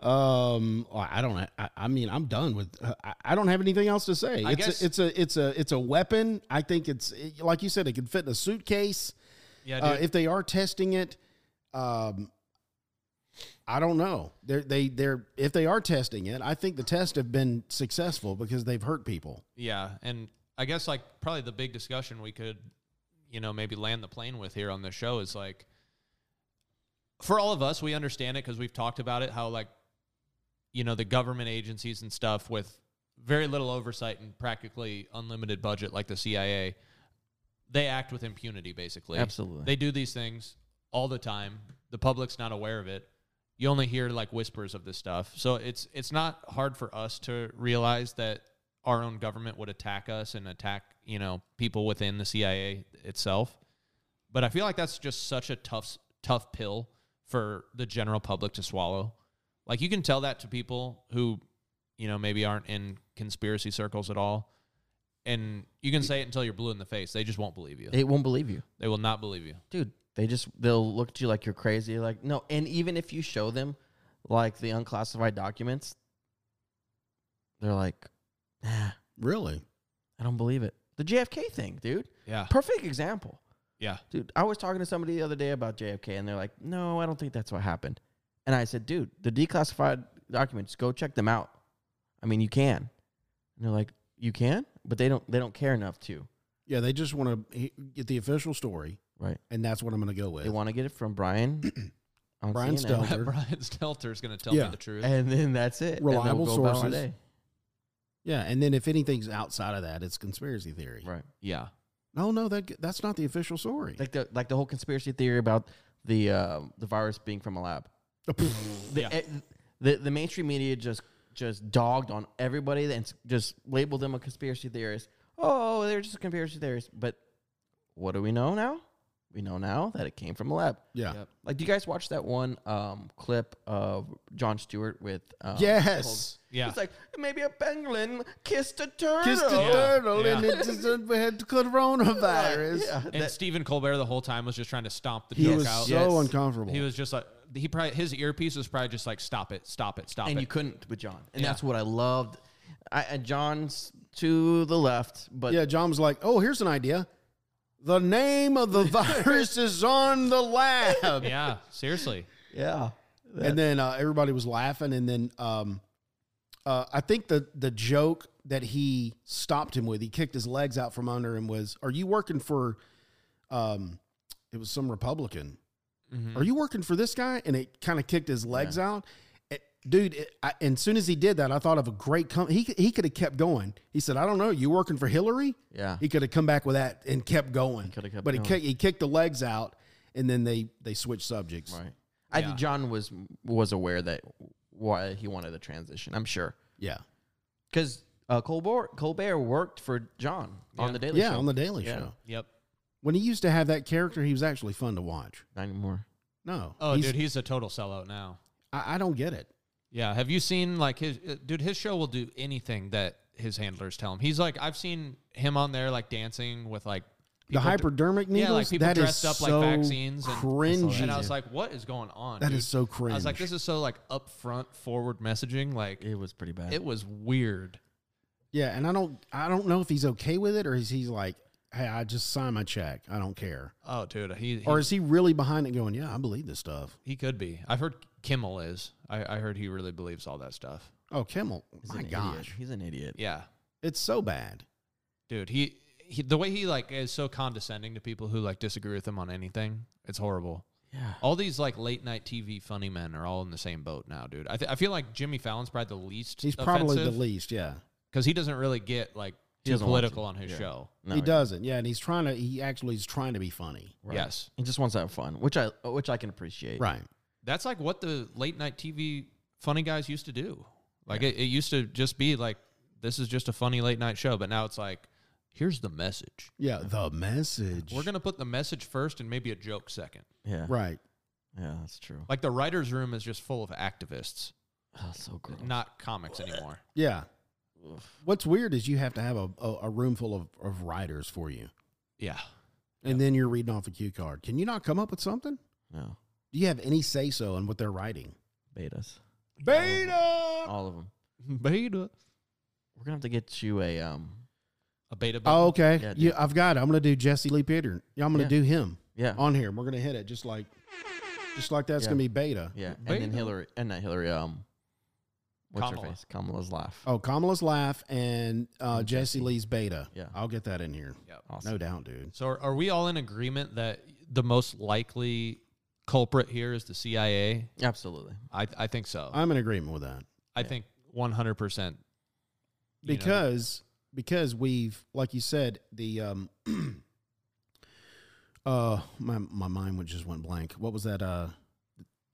Speaker 1: Um, well, I don't. I, I mean, I'm done with. uh, I, I don't have anything else to say.
Speaker 4: I
Speaker 1: it's
Speaker 4: guess-
Speaker 1: a, it's a it's a it's a weapon. I think it's it- like you said, it can fit in a suitcase.
Speaker 4: yeah, dude.
Speaker 1: Uh, if they are testing it, um, I don't know. They're, they they're if they are testing it, I think the tests have been successful because they've hurt people.
Speaker 4: Yeah, and I guess like probably the big discussion we could, you know, maybe land the plane with here on this show is like, for all of us, we understand it because we've talked about it. How like, you know, the government agencies and stuff with very little oversight and practically unlimited budget, like the CIA, they act with impunity. Basically,
Speaker 3: Absolutely.
Speaker 4: they do these things all the time. The public's not aware of it. You only hear like whispers of this stuff. So it's it's not hard for us to realize that our own government would attack us and attack, you know, people within the CIA itself. But I feel like that's just such a tough s- tough pill for the general public to swallow. Like you can tell that to people who, you know, maybe aren't in conspiracy circles at all. And you can say it until you're blue in the face. They just won't believe you.
Speaker 3: They won't believe you,
Speaker 4: They will not believe you.
Speaker 3: dude. They just they'll look at you like you're crazy. Like no, and even if you show them like the unclassified documents, they're like, nah,
Speaker 1: Really?
Speaker 3: I don't believe it. The JFK thing, dude.
Speaker 4: Yeah.
Speaker 3: Perfect example.
Speaker 4: Yeah.
Speaker 3: Dude, I was talking to somebody the other day about JFK, and they're like, no, I don't think that's what happened. And I said, dude, the declassified documents, go check them out. I mean, you can. And they're like, you can, but they don't. They don't care enough to.
Speaker 1: Yeah, they just want to get the official story,
Speaker 3: Right.
Speaker 1: and that's what I'm going to go with.
Speaker 3: They want to get it from Brian. on
Speaker 1: Brian
Speaker 3: CNN.
Speaker 1: Stelter.
Speaker 4: Brian Stelter is going to tell
Speaker 1: Yeah.
Speaker 4: me the truth.
Speaker 3: And then that's it. And then
Speaker 1: Reliable
Speaker 3: we'll go about our
Speaker 1: sources.
Speaker 3: day.
Speaker 1: yeah, and then if anything's outside of that, it's conspiracy theory.
Speaker 3: Right.
Speaker 4: yeah.
Speaker 1: No, no, that that's not the official story.
Speaker 3: Like the like the whole conspiracy theory about the uh, the virus being from a lab. the,
Speaker 4: Yeah.
Speaker 3: eh, the the mainstream media just just dogged on everybody and s- just labeled them a conspiracy theorist. Oh, they're just a conspiracy theorist. But what do we know now? We know now that it came from a lab.
Speaker 1: yeah.
Speaker 3: Like, do you guys watch that one um, clip of John Stewart with? Um,
Speaker 1: Yes.
Speaker 4: Yeah.
Speaker 3: It's like maybe a penguin kissed a turtle.
Speaker 1: Kissed the
Speaker 4: Yeah.
Speaker 1: turtle and
Speaker 4: Yeah.
Speaker 1: it just had coronavirus.
Speaker 3: Yeah,
Speaker 4: And
Speaker 3: that-
Speaker 4: Stephen Colbert the whole time was just trying to stomp the
Speaker 1: He
Speaker 4: joke
Speaker 1: was
Speaker 4: out.
Speaker 1: so
Speaker 3: Yes.
Speaker 1: uncomfortable.
Speaker 4: He was just like he probably his earpiece was probably just like stop it, stop it, stop
Speaker 3: and
Speaker 4: it.
Speaker 3: you couldn't with John, and
Speaker 4: Yeah.
Speaker 3: that's what I loved. I, I John's to the left, but
Speaker 1: yeah, John was like, "Oh, here's an idea. The name of
Speaker 4: [laughs]
Speaker 1: the virus is on the lab."
Speaker 4: yeah, seriously.
Speaker 3: yeah,
Speaker 1: And then uh, everybody was laughing, and then um, uh, I think the the joke that he stopped him with, he kicked his legs out from under him, was, "Are you working for?" Um, it was some Republican.
Speaker 4: Mhm.
Speaker 3: Mm-hmm.
Speaker 1: Are you working for this guy? And it kind of kicked his legs out. It- dude, it, I, and soon as he did that, I thought of a great company. He, c- he could have kept going. He said, I don't know. You working for Hillary?
Speaker 3: yeah.
Speaker 1: He could have come back with that and kept going.
Speaker 3: could have kept
Speaker 1: but
Speaker 3: going.
Speaker 1: He, kicked, he kicked the legs out. and then they they switch subjects.
Speaker 3: Right. I
Speaker 4: Yeah.
Speaker 3: think John was was aware that why he wanted the transition. I'm sure
Speaker 1: Yeah.
Speaker 3: because uh, Colbert Colbert worked for John on
Speaker 4: Yeah.
Speaker 3: the Daily
Speaker 1: yeah,
Speaker 3: Show.
Speaker 1: on the Daily
Speaker 3: Yeah.
Speaker 1: Show.
Speaker 4: Yep.
Speaker 1: When he used to have that character, he was actually fun to watch.
Speaker 3: Not anymore.
Speaker 1: No.
Speaker 4: Oh,
Speaker 1: he's-
Speaker 4: dude, he's a total sellout now.
Speaker 1: I, I don't get it.
Speaker 4: Yeah. Have you seen like his uh, dude? His show will do anything that his handlers tell him. He's like, I've seen him on there like dancing with like
Speaker 1: the hypodermic needles.
Speaker 4: Yeah, like people
Speaker 1: that is
Speaker 4: dressed up
Speaker 1: so
Speaker 4: like vaccines and
Speaker 1: cringy.
Speaker 4: And I was like, what is going on?
Speaker 1: That
Speaker 4: That is
Speaker 1: is so cringe.
Speaker 4: I was like, this is so like upfront, forward messaging. Like
Speaker 3: It was pretty bad.
Speaker 4: it was weird.
Speaker 1: yeah, and I don't, I don't know if he's okay with it or is he like, hey, I just sign my check, I don't care,
Speaker 4: Oh, dude, he he,
Speaker 1: or is he really behind it going, yeah, I believe this stuff.
Speaker 4: he could be. I've heard Kimmel is. I, I heard he really believes all that stuff.
Speaker 1: Oh, Kimmel,
Speaker 3: He's
Speaker 1: my
Speaker 3: an
Speaker 1: gosh,
Speaker 3: idiot. he's an idiot.
Speaker 4: Yeah,
Speaker 1: it's so bad.
Speaker 4: dude, he, he the way he like is so condescending to people who like disagree with him on anything. It's horrible.
Speaker 3: Yeah.
Speaker 4: All these like late night TV funny men are all in the same boat now, dude. I, th- I feel like Jimmy Fallon's probably the least.
Speaker 1: He's probably
Speaker 4: offensive.
Speaker 1: the least. Yeah,
Speaker 4: because he doesn't really get like
Speaker 3: He
Speaker 4: too
Speaker 3: doesn't want
Speaker 4: political
Speaker 3: to.
Speaker 4: on his
Speaker 3: Yeah.
Speaker 4: show.
Speaker 3: No,
Speaker 1: he doesn't. Yeah, and he's trying to. He actually is trying to be funny.
Speaker 3: right.
Speaker 4: Yes,
Speaker 3: He just wants to have fun, which I which I can appreciate.
Speaker 1: Right.
Speaker 4: that's like what the late night TV funny guys used to do. Like it, it used to just be like this is just a funny late night show, but now it's like here's the message.
Speaker 1: Yeah. The message.
Speaker 4: We're gonna put the message first and maybe a joke second.
Speaker 3: Yeah.
Speaker 1: Right.
Speaker 3: Yeah, that's true.
Speaker 4: Like the writers' room is just full of activists,
Speaker 3: Oh, so gross.
Speaker 4: not comics anymore.
Speaker 1: Yeah. What's weird is you have to have a, a, a room full of, of writers for you.
Speaker 4: Yeah,
Speaker 1: And then you're reading off a cue card. Can you not come up with something?
Speaker 3: No.
Speaker 1: Do you have any say so in what they're writing?
Speaker 3: Betas.
Speaker 1: Beta.
Speaker 3: All of them.
Speaker 4: beta,
Speaker 3: We're gonna have to get you a um.
Speaker 4: a beta.
Speaker 1: Oh, okay.
Speaker 3: Yeah, dude.
Speaker 1: you, I've got it. I'm gonna do Jesse Lee Peter. Yeah, I'm gonna
Speaker 3: Yeah.
Speaker 1: do him
Speaker 3: Yeah.
Speaker 1: on here. We're gonna hit it just like, just like that's
Speaker 3: Yeah.
Speaker 1: gonna be beta.
Speaker 3: Yeah.
Speaker 4: Beta.
Speaker 3: And then Hillary, and not Hillary. Um. What's
Speaker 4: Kamala.
Speaker 3: her face? Kamala's laugh.
Speaker 1: Oh, Kamala's laugh and uh,
Speaker 3: And
Speaker 1: Jesse
Speaker 3: Jesse.
Speaker 1: Lee's beta.
Speaker 3: Yeah.
Speaker 1: I'll get that in here.
Speaker 4: Yep.
Speaker 3: Awesome.
Speaker 1: No doubt, dude.
Speaker 4: So are, are we all in agreement that the most likely culprit here is the CIA?
Speaker 3: Absolutely.
Speaker 4: I I think so.
Speaker 1: I'm in agreement with that
Speaker 4: I
Speaker 3: Yeah.
Speaker 4: think 100%. you know,
Speaker 1: because because we've like you said the um [clears throat] uh my my mind would just went blank. What was that? Uh,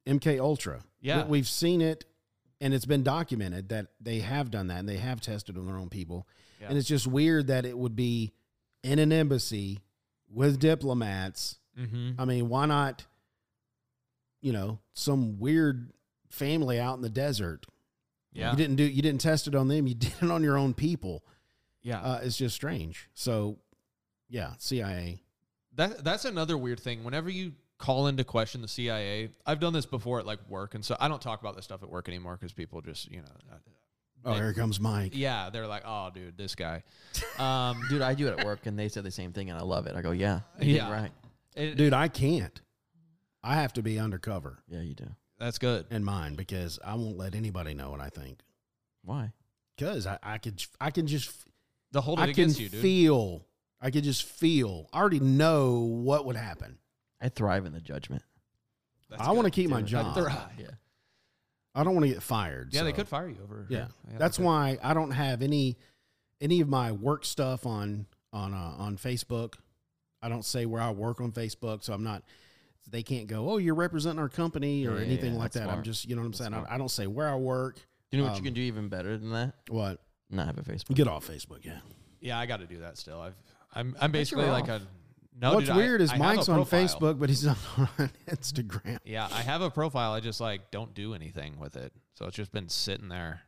Speaker 1: MK Ultra.
Speaker 4: Yeah.
Speaker 1: We- we've seen it, and it's been documented that they have done that and they have tested on their own people.
Speaker 4: Yeah.
Speaker 1: And it's just weird that it would be in an embassy with diplomats.
Speaker 4: Mhm.
Speaker 1: I mean, why not, you know, some weird family out in the desert?
Speaker 4: Yeah.
Speaker 1: You didn't do you didn't test it on them, you [laughs] did it on your own people.
Speaker 4: yeah.
Speaker 1: Uh, it's just strange. So yeah, CIA.
Speaker 4: that that's another weird thing. Whenever you call into question the CIA, I've done this before at like work and so I don't talk about this stuff at work anymore cuz people just, you know, uh,
Speaker 1: Oh, here comes Mike.
Speaker 4: yeah, they're like, "Oh, dude,
Speaker 1: [laughs]
Speaker 4: this guy." Um
Speaker 3: Dude, I do it at work, and they say the same thing, and I love it. I go, yeah, you
Speaker 4: Yeah.
Speaker 3: did right.
Speaker 4: it-
Speaker 1: Dude, I can't. I have to be undercover
Speaker 3: Yeah, you do.
Speaker 4: that's good.
Speaker 1: in mine because I won't let anybody know what I think.
Speaker 3: Why?
Speaker 1: Because I, I could I can just
Speaker 4: The hold it
Speaker 1: I can
Speaker 4: against you, dude.
Speaker 1: feel I could just feel. I already know what would happen.
Speaker 3: I thrive in the judgment.
Speaker 4: That's
Speaker 1: I want to
Speaker 4: good.
Speaker 1: keep my
Speaker 3: Damn it.
Speaker 1: job.
Speaker 4: They're- ah,
Speaker 3: Yeah.
Speaker 1: I don't want to get fired.
Speaker 4: Yeah, they
Speaker 1: so-
Speaker 4: could fire you over.
Speaker 1: Yeah,
Speaker 4: they
Speaker 1: that's
Speaker 4: could.
Speaker 1: why I don't have any any of my work stuff on on uh, on Facebook. I don't say where I work on Facebook, so I'm not. They can't go. Oh, you're representing our company or
Speaker 3: Yeah, yeah,
Speaker 1: anything
Speaker 3: yeah,
Speaker 1: like that.
Speaker 3: that's
Speaker 1: I'm
Speaker 3: smart.
Speaker 1: just, you know what I'm
Speaker 3: That's
Speaker 1: saying.
Speaker 3: smart.
Speaker 1: I, I don't say where I work.
Speaker 3: Do you know what
Speaker 1: Um,
Speaker 3: you can do even better than that?
Speaker 1: What?
Speaker 3: Not have a Facebook.
Speaker 1: Get off Facebook. Yeah.
Speaker 4: Yeah, I got to do that still. I've I'm I'm
Speaker 3: But you're
Speaker 4: basically like
Speaker 3: off.
Speaker 4: a No,
Speaker 1: What's
Speaker 4: dude, I-
Speaker 1: weird is
Speaker 4: I have a
Speaker 1: Mike's on
Speaker 4: profile.
Speaker 1: Facebook, but he's [laughs] not on Instagram.
Speaker 4: Yeah, I have a profile. I just like don't do anything with it. So it's just been sitting there.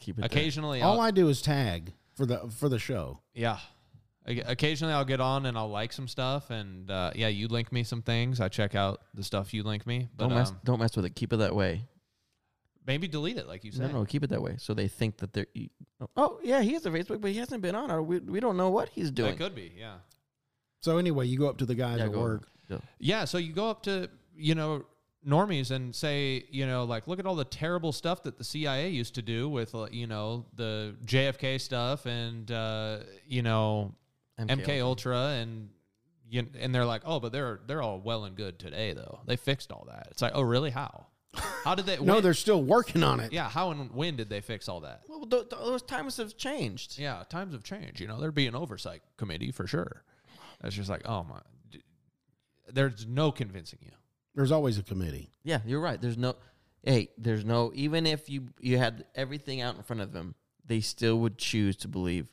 Speaker 3: Keep it there.
Speaker 4: Occasionally,
Speaker 1: All
Speaker 4: I'll,
Speaker 1: I do is tag for the for the show.
Speaker 4: yeah. O- Occasionally, I'll get on and I'll like some stuff, and uh, yeah, you link me some things. I check out the stuff you link me, but
Speaker 3: Don't mess.
Speaker 4: um,
Speaker 3: don't mess with it. Keep it that way.
Speaker 4: maybe delete it, like you
Speaker 3: No,
Speaker 4: said.
Speaker 3: no, keep it that way. So they think that they're. you- Oh yeah, he has a Facebook, but he hasn't been on. Or we, we don't know what he's doing.
Speaker 4: It could be, yeah,
Speaker 1: So anyway, you go up to the guys
Speaker 3: Yeah,
Speaker 1: at
Speaker 3: go on.
Speaker 1: work.
Speaker 3: Yeah.
Speaker 4: yeah. So you go up to you know normies and say you know like look at all the terrible stuff that the CIA used to do with uh, you know the JFK stuff and uh, you know MK, Ultra and you, and they're like, oh, but they're they're all well and good today though. They fixed all that. It's like, oh, really? How? How did they?
Speaker 1: No,
Speaker 4: when-
Speaker 1: they're still working on it.
Speaker 4: yeah. How and when did they fix all that?
Speaker 3: Well, th- th- those times have changed.
Speaker 4: Yeah, times have changed. You know, there'd be an oversight committee for sure. It's just like, oh my, d- there's no convincing you.
Speaker 1: There's always a committee.
Speaker 3: Yeah, you're right. There's no, hey, there's no. Even if you you had everything out in front of them, they still would choose to believe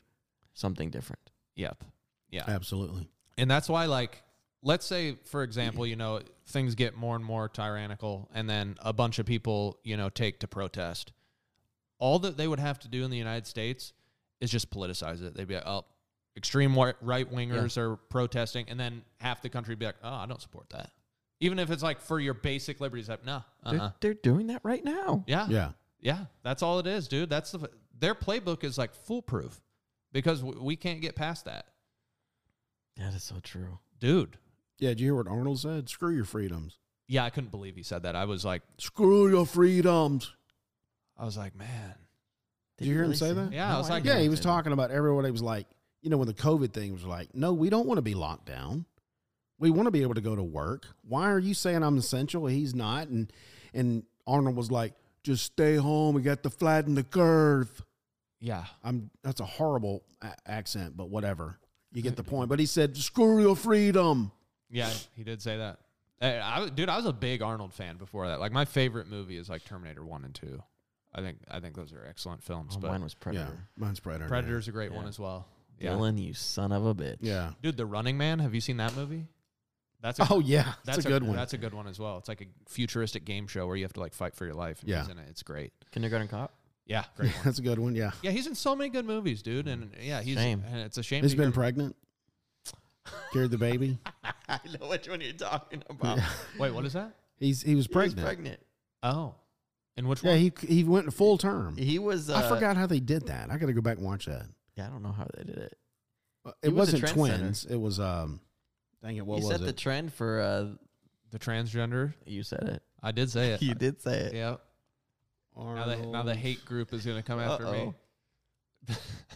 Speaker 3: something different.
Speaker 4: Yep. Yeah.
Speaker 1: Absolutely.
Speaker 4: And that's why, like, let's say, for example, you know, things get more and more tyrannical, and then a bunch of people, you know, take to protest. All that they would have to do in the United States is just politicize it. They'd be like, oh, extreme right wingers are protesting, and then half the country would be like, oh, I don't support that. Even if it's like for your basic liberties, like, nah,
Speaker 3: They're,
Speaker 4: uh-uh.
Speaker 3: they're doing that right now.
Speaker 4: yeah,
Speaker 1: Yeah.
Speaker 4: yeah, that's all it is, dude. That's the their playbook is like foolproof because w- we can't get past that,
Speaker 3: That is so true.
Speaker 4: dude.
Speaker 1: Yeah. Did you hear what Arnold said? Screw your freedoms.
Speaker 4: Yeah, I couldn't believe he said that. I was like,
Speaker 1: Screw your freedoms.
Speaker 4: I was like, man,
Speaker 1: Did you
Speaker 3: he
Speaker 1: hear him say that?
Speaker 4: Yeah, I was
Speaker 3: I
Speaker 4: like-
Speaker 3: didn't
Speaker 1: Yeah. He
Speaker 3: hear
Speaker 1: was
Speaker 3: him say that.
Speaker 1: talking about everyone. He was like, you know, when the COVID thing was like, no, we don't want to be locked down. We want to be able to go to work. Why are you saying I'm essential? He's not. And and Arnold was like, just stay home. We got to flatten the curve.
Speaker 4: yeah,
Speaker 1: I'm that's a horrible a- accent, but whatever. You get the point. But he said, "Screw your freedom."
Speaker 4: yeah, he did say that. Hey, I, was- dude, I was a big Arnold fan before that. Like my favorite movie is like Terminator One and Two. I think I think those are excellent films.
Speaker 3: Oh,
Speaker 4: but
Speaker 3: mine was Predator.
Speaker 1: Yeah, mine's Predator.
Speaker 4: Predator's a great one
Speaker 3: Yeah.
Speaker 4: as well. Yeah,
Speaker 3: Dylan, you son of a bitch.
Speaker 1: Yeah.
Speaker 4: dude, The Running Man. Have you seen that movie? That's
Speaker 1: Oh yeah, that's,
Speaker 4: That's,
Speaker 1: a good one.
Speaker 4: That's a good one as well. It's like a futuristic game show where you have to like fight for your life. And
Speaker 1: Yeah.
Speaker 4: he's in it. It's great.
Speaker 3: Kindergarten Cop. [laughs]
Speaker 4: Yeah, great one.
Speaker 1: [laughs] that's a good one. Yeah.
Speaker 4: Yeah, he's in so many good movies, dude. And yeah, he's
Speaker 3: Shame.
Speaker 4: and it's a shame.
Speaker 1: He's
Speaker 4: to
Speaker 1: been
Speaker 4: hear- [laughs]
Speaker 1: pregnant. Carried the baby.
Speaker 3: I know which one you're talking about.
Speaker 4: Wait, what is that?
Speaker 1: He's he was
Speaker 3: He was
Speaker 1: pregnant.
Speaker 3: pregnant.
Speaker 4: Oh, and which
Speaker 1: Yeah,
Speaker 4: one?
Speaker 1: he he went to full term.
Speaker 3: He was. Uh,
Speaker 1: I forgot how they did that. I got to go back and watch that. Uh,
Speaker 3: Yeah, I don't know how they did it.
Speaker 1: It
Speaker 3: He was a
Speaker 1: wasn't
Speaker 3: trendsetter.
Speaker 1: twins. It was um. Dang it! What
Speaker 3: you
Speaker 1: was
Speaker 3: set the
Speaker 1: it?
Speaker 3: trend for. Uh,
Speaker 4: the transgender.
Speaker 3: you said it.
Speaker 1: [laughs]
Speaker 4: I did say it.
Speaker 3: You did say it.
Speaker 4: Yeah. Now the, now the hate group is gonna come after me.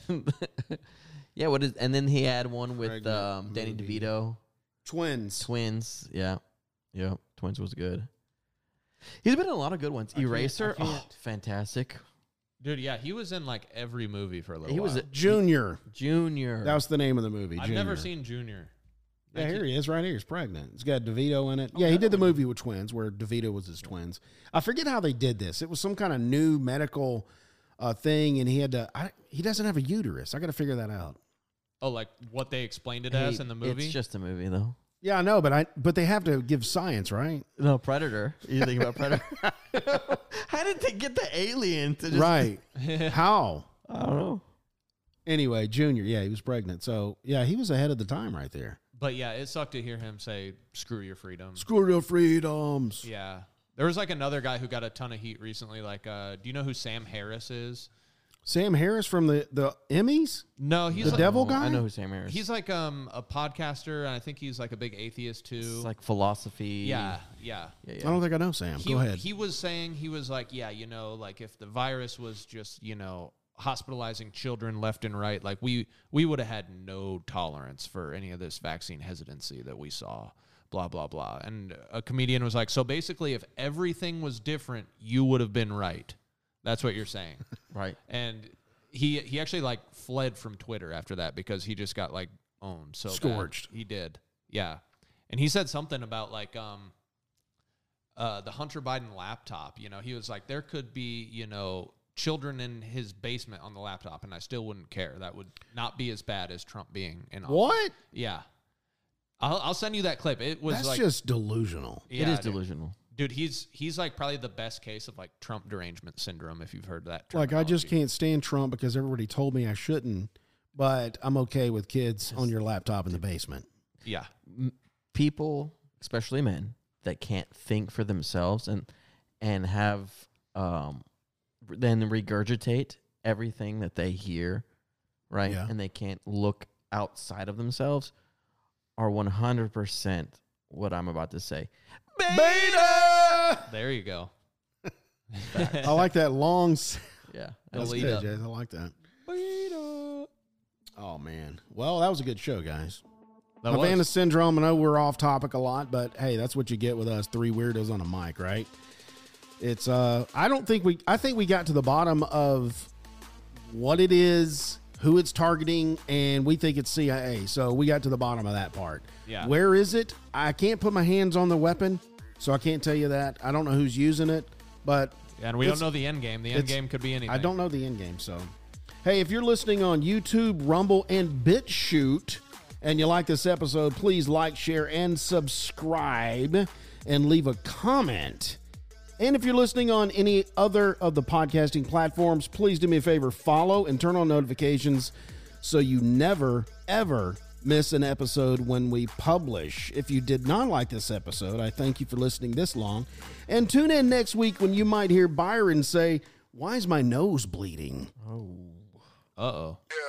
Speaker 3: Uh-oh. [laughs] yeah, what is? And then he had one with
Speaker 1: Pregnant
Speaker 3: um, Danny
Speaker 1: movie.
Speaker 3: DeVito.
Speaker 1: twins.
Speaker 3: Twins. Yeah. Yeah. Twins was good. He's been in a lot of good ones.
Speaker 1: can't- I
Speaker 3: Eraser. Oh,
Speaker 1: can't.
Speaker 3: fantastic.
Speaker 4: Dude, yeah, he was in like every movie for a little
Speaker 3: He
Speaker 4: while.
Speaker 3: was a
Speaker 1: Junior.
Speaker 3: junior.
Speaker 1: That was the name of the movie.
Speaker 4: I've never
Speaker 1: Junior.
Speaker 4: seen Junior.
Speaker 1: Yeah, here he is, right here. He's pregnant. It's got DeVito in it. yeah, he did the movie with twins, where DeVito was his twins. I forget how they did this. It was some kind of new medical uh, thing, and he had to. I, he doesn't have a uterus. I got to figure that out.
Speaker 4: Oh, like what they explained it
Speaker 3: Hey,
Speaker 4: as in the movie.
Speaker 3: It's just a movie, though.
Speaker 1: Yeah, I know, but I but they have to give science, right?
Speaker 3: No, Predator. You think about Predator? [laughs] How did they get the alien to
Speaker 1: [laughs]
Speaker 3: just?
Speaker 1: right? how?
Speaker 3: I don't know.
Speaker 1: Anyway, Junior. Yeah, he was pregnant. So yeah, he was ahead of the time right there.
Speaker 4: but yeah, it sucked to hear him say "screw your freedom."
Speaker 1: Screw your freedoms.
Speaker 4: Yeah. There was like another guy who got a ton of heat recently. Like, uh, do you know who Sam Harris is?
Speaker 1: Sam Harris from the the Emmys.
Speaker 4: No, he's
Speaker 1: The
Speaker 4: like,
Speaker 1: devil guy?
Speaker 3: I know who Sam Harris.
Speaker 4: He's like um a podcaster, and I think he's like a big atheist too.
Speaker 3: It's like philosophy.
Speaker 4: yeah, yeah.
Speaker 3: Yeah.
Speaker 1: I
Speaker 3: yeah.
Speaker 1: don't think I know Sam.
Speaker 4: He,
Speaker 1: Go ahead.
Speaker 4: He was saying he was like, yeah, you know, like if the virus was just you know hospitalizing children left and right, like we we would have had no tolerance for any of this vaccine hesitancy that we saw. Blah blah blah. And a comedian was like, so basically, if everything was different, you would have been right. That's what you're saying.
Speaker 3: Right.
Speaker 4: and he he actually like fled from Twitter after that because he just got like owned so bad.
Speaker 1: Scorched.
Speaker 4: He did, yeah. And he said something about like um uh the Hunter Biden laptop. You know, he was like, there could be you know children in his basement on the laptop, and I still wouldn't care. That would not be as bad as Trump being in office.
Speaker 1: what?
Speaker 4: Yeah. I'll, I'll send you that clip. It was
Speaker 1: That's
Speaker 4: like
Speaker 1: just delusional.
Speaker 4: Yeah,
Speaker 3: it is
Speaker 4: dude.
Speaker 3: delusional.
Speaker 4: Dude, he's he's like probably the best case of like Trump derangement syndrome if you've heard that.
Speaker 1: Like I just
Speaker 4: terminology.
Speaker 1: can't stand Trump because everybody told me I shouldn't, but I'm okay with kids on your laptop in the basement.
Speaker 4: Yeah.
Speaker 3: People, especially men, that can't think for themselves and and have um then regurgitate everything that they hear, right?
Speaker 1: Yeah.
Speaker 3: And they can't look outside of themselves are 100% what I'm about to say.
Speaker 1: Beta.
Speaker 4: There you go.
Speaker 1: I
Speaker 4: [laughs]
Speaker 1: like that long. s-
Speaker 3: Yeah.
Speaker 1: That's
Speaker 3: Delete
Speaker 1: good,
Speaker 3: up.
Speaker 1: Jason. I like that. Oh man. Well, that was a good show, guys.
Speaker 4: That
Speaker 1: Havana
Speaker 4: was-
Speaker 1: syndrome. I know we're off topic a lot, but hey, that's what you get with us three weirdos on a mic, right? It's uh I don't think we I think we got to the bottom of what it is, who it's targeting, and we think it's CIA. So we got to the bottom of that part.
Speaker 4: Yeah.
Speaker 1: Where is it? I can't put my hands on the weapon, so I can't tell you that. I don't know who's using it, but
Speaker 4: And we
Speaker 1: it's-
Speaker 4: don't know the end game. The end
Speaker 1: it's-
Speaker 4: game could be anything.
Speaker 1: I don't know the end game, so. Hey, if you're listening on YouTube, Rumble, and BitChute, and you like this episode, please like, share, and subscribe, and leave a comment. And if you're listening on any other of the podcasting platforms, please do me a favor follow and turn on notifications so you never, ever miss an episode when we publish. If you did not like this episode, I thank you for listening this long. And tune in next week when you might hear Byron say, Why is my nose bleeding?
Speaker 4: Uh oh.
Speaker 6: Yeah,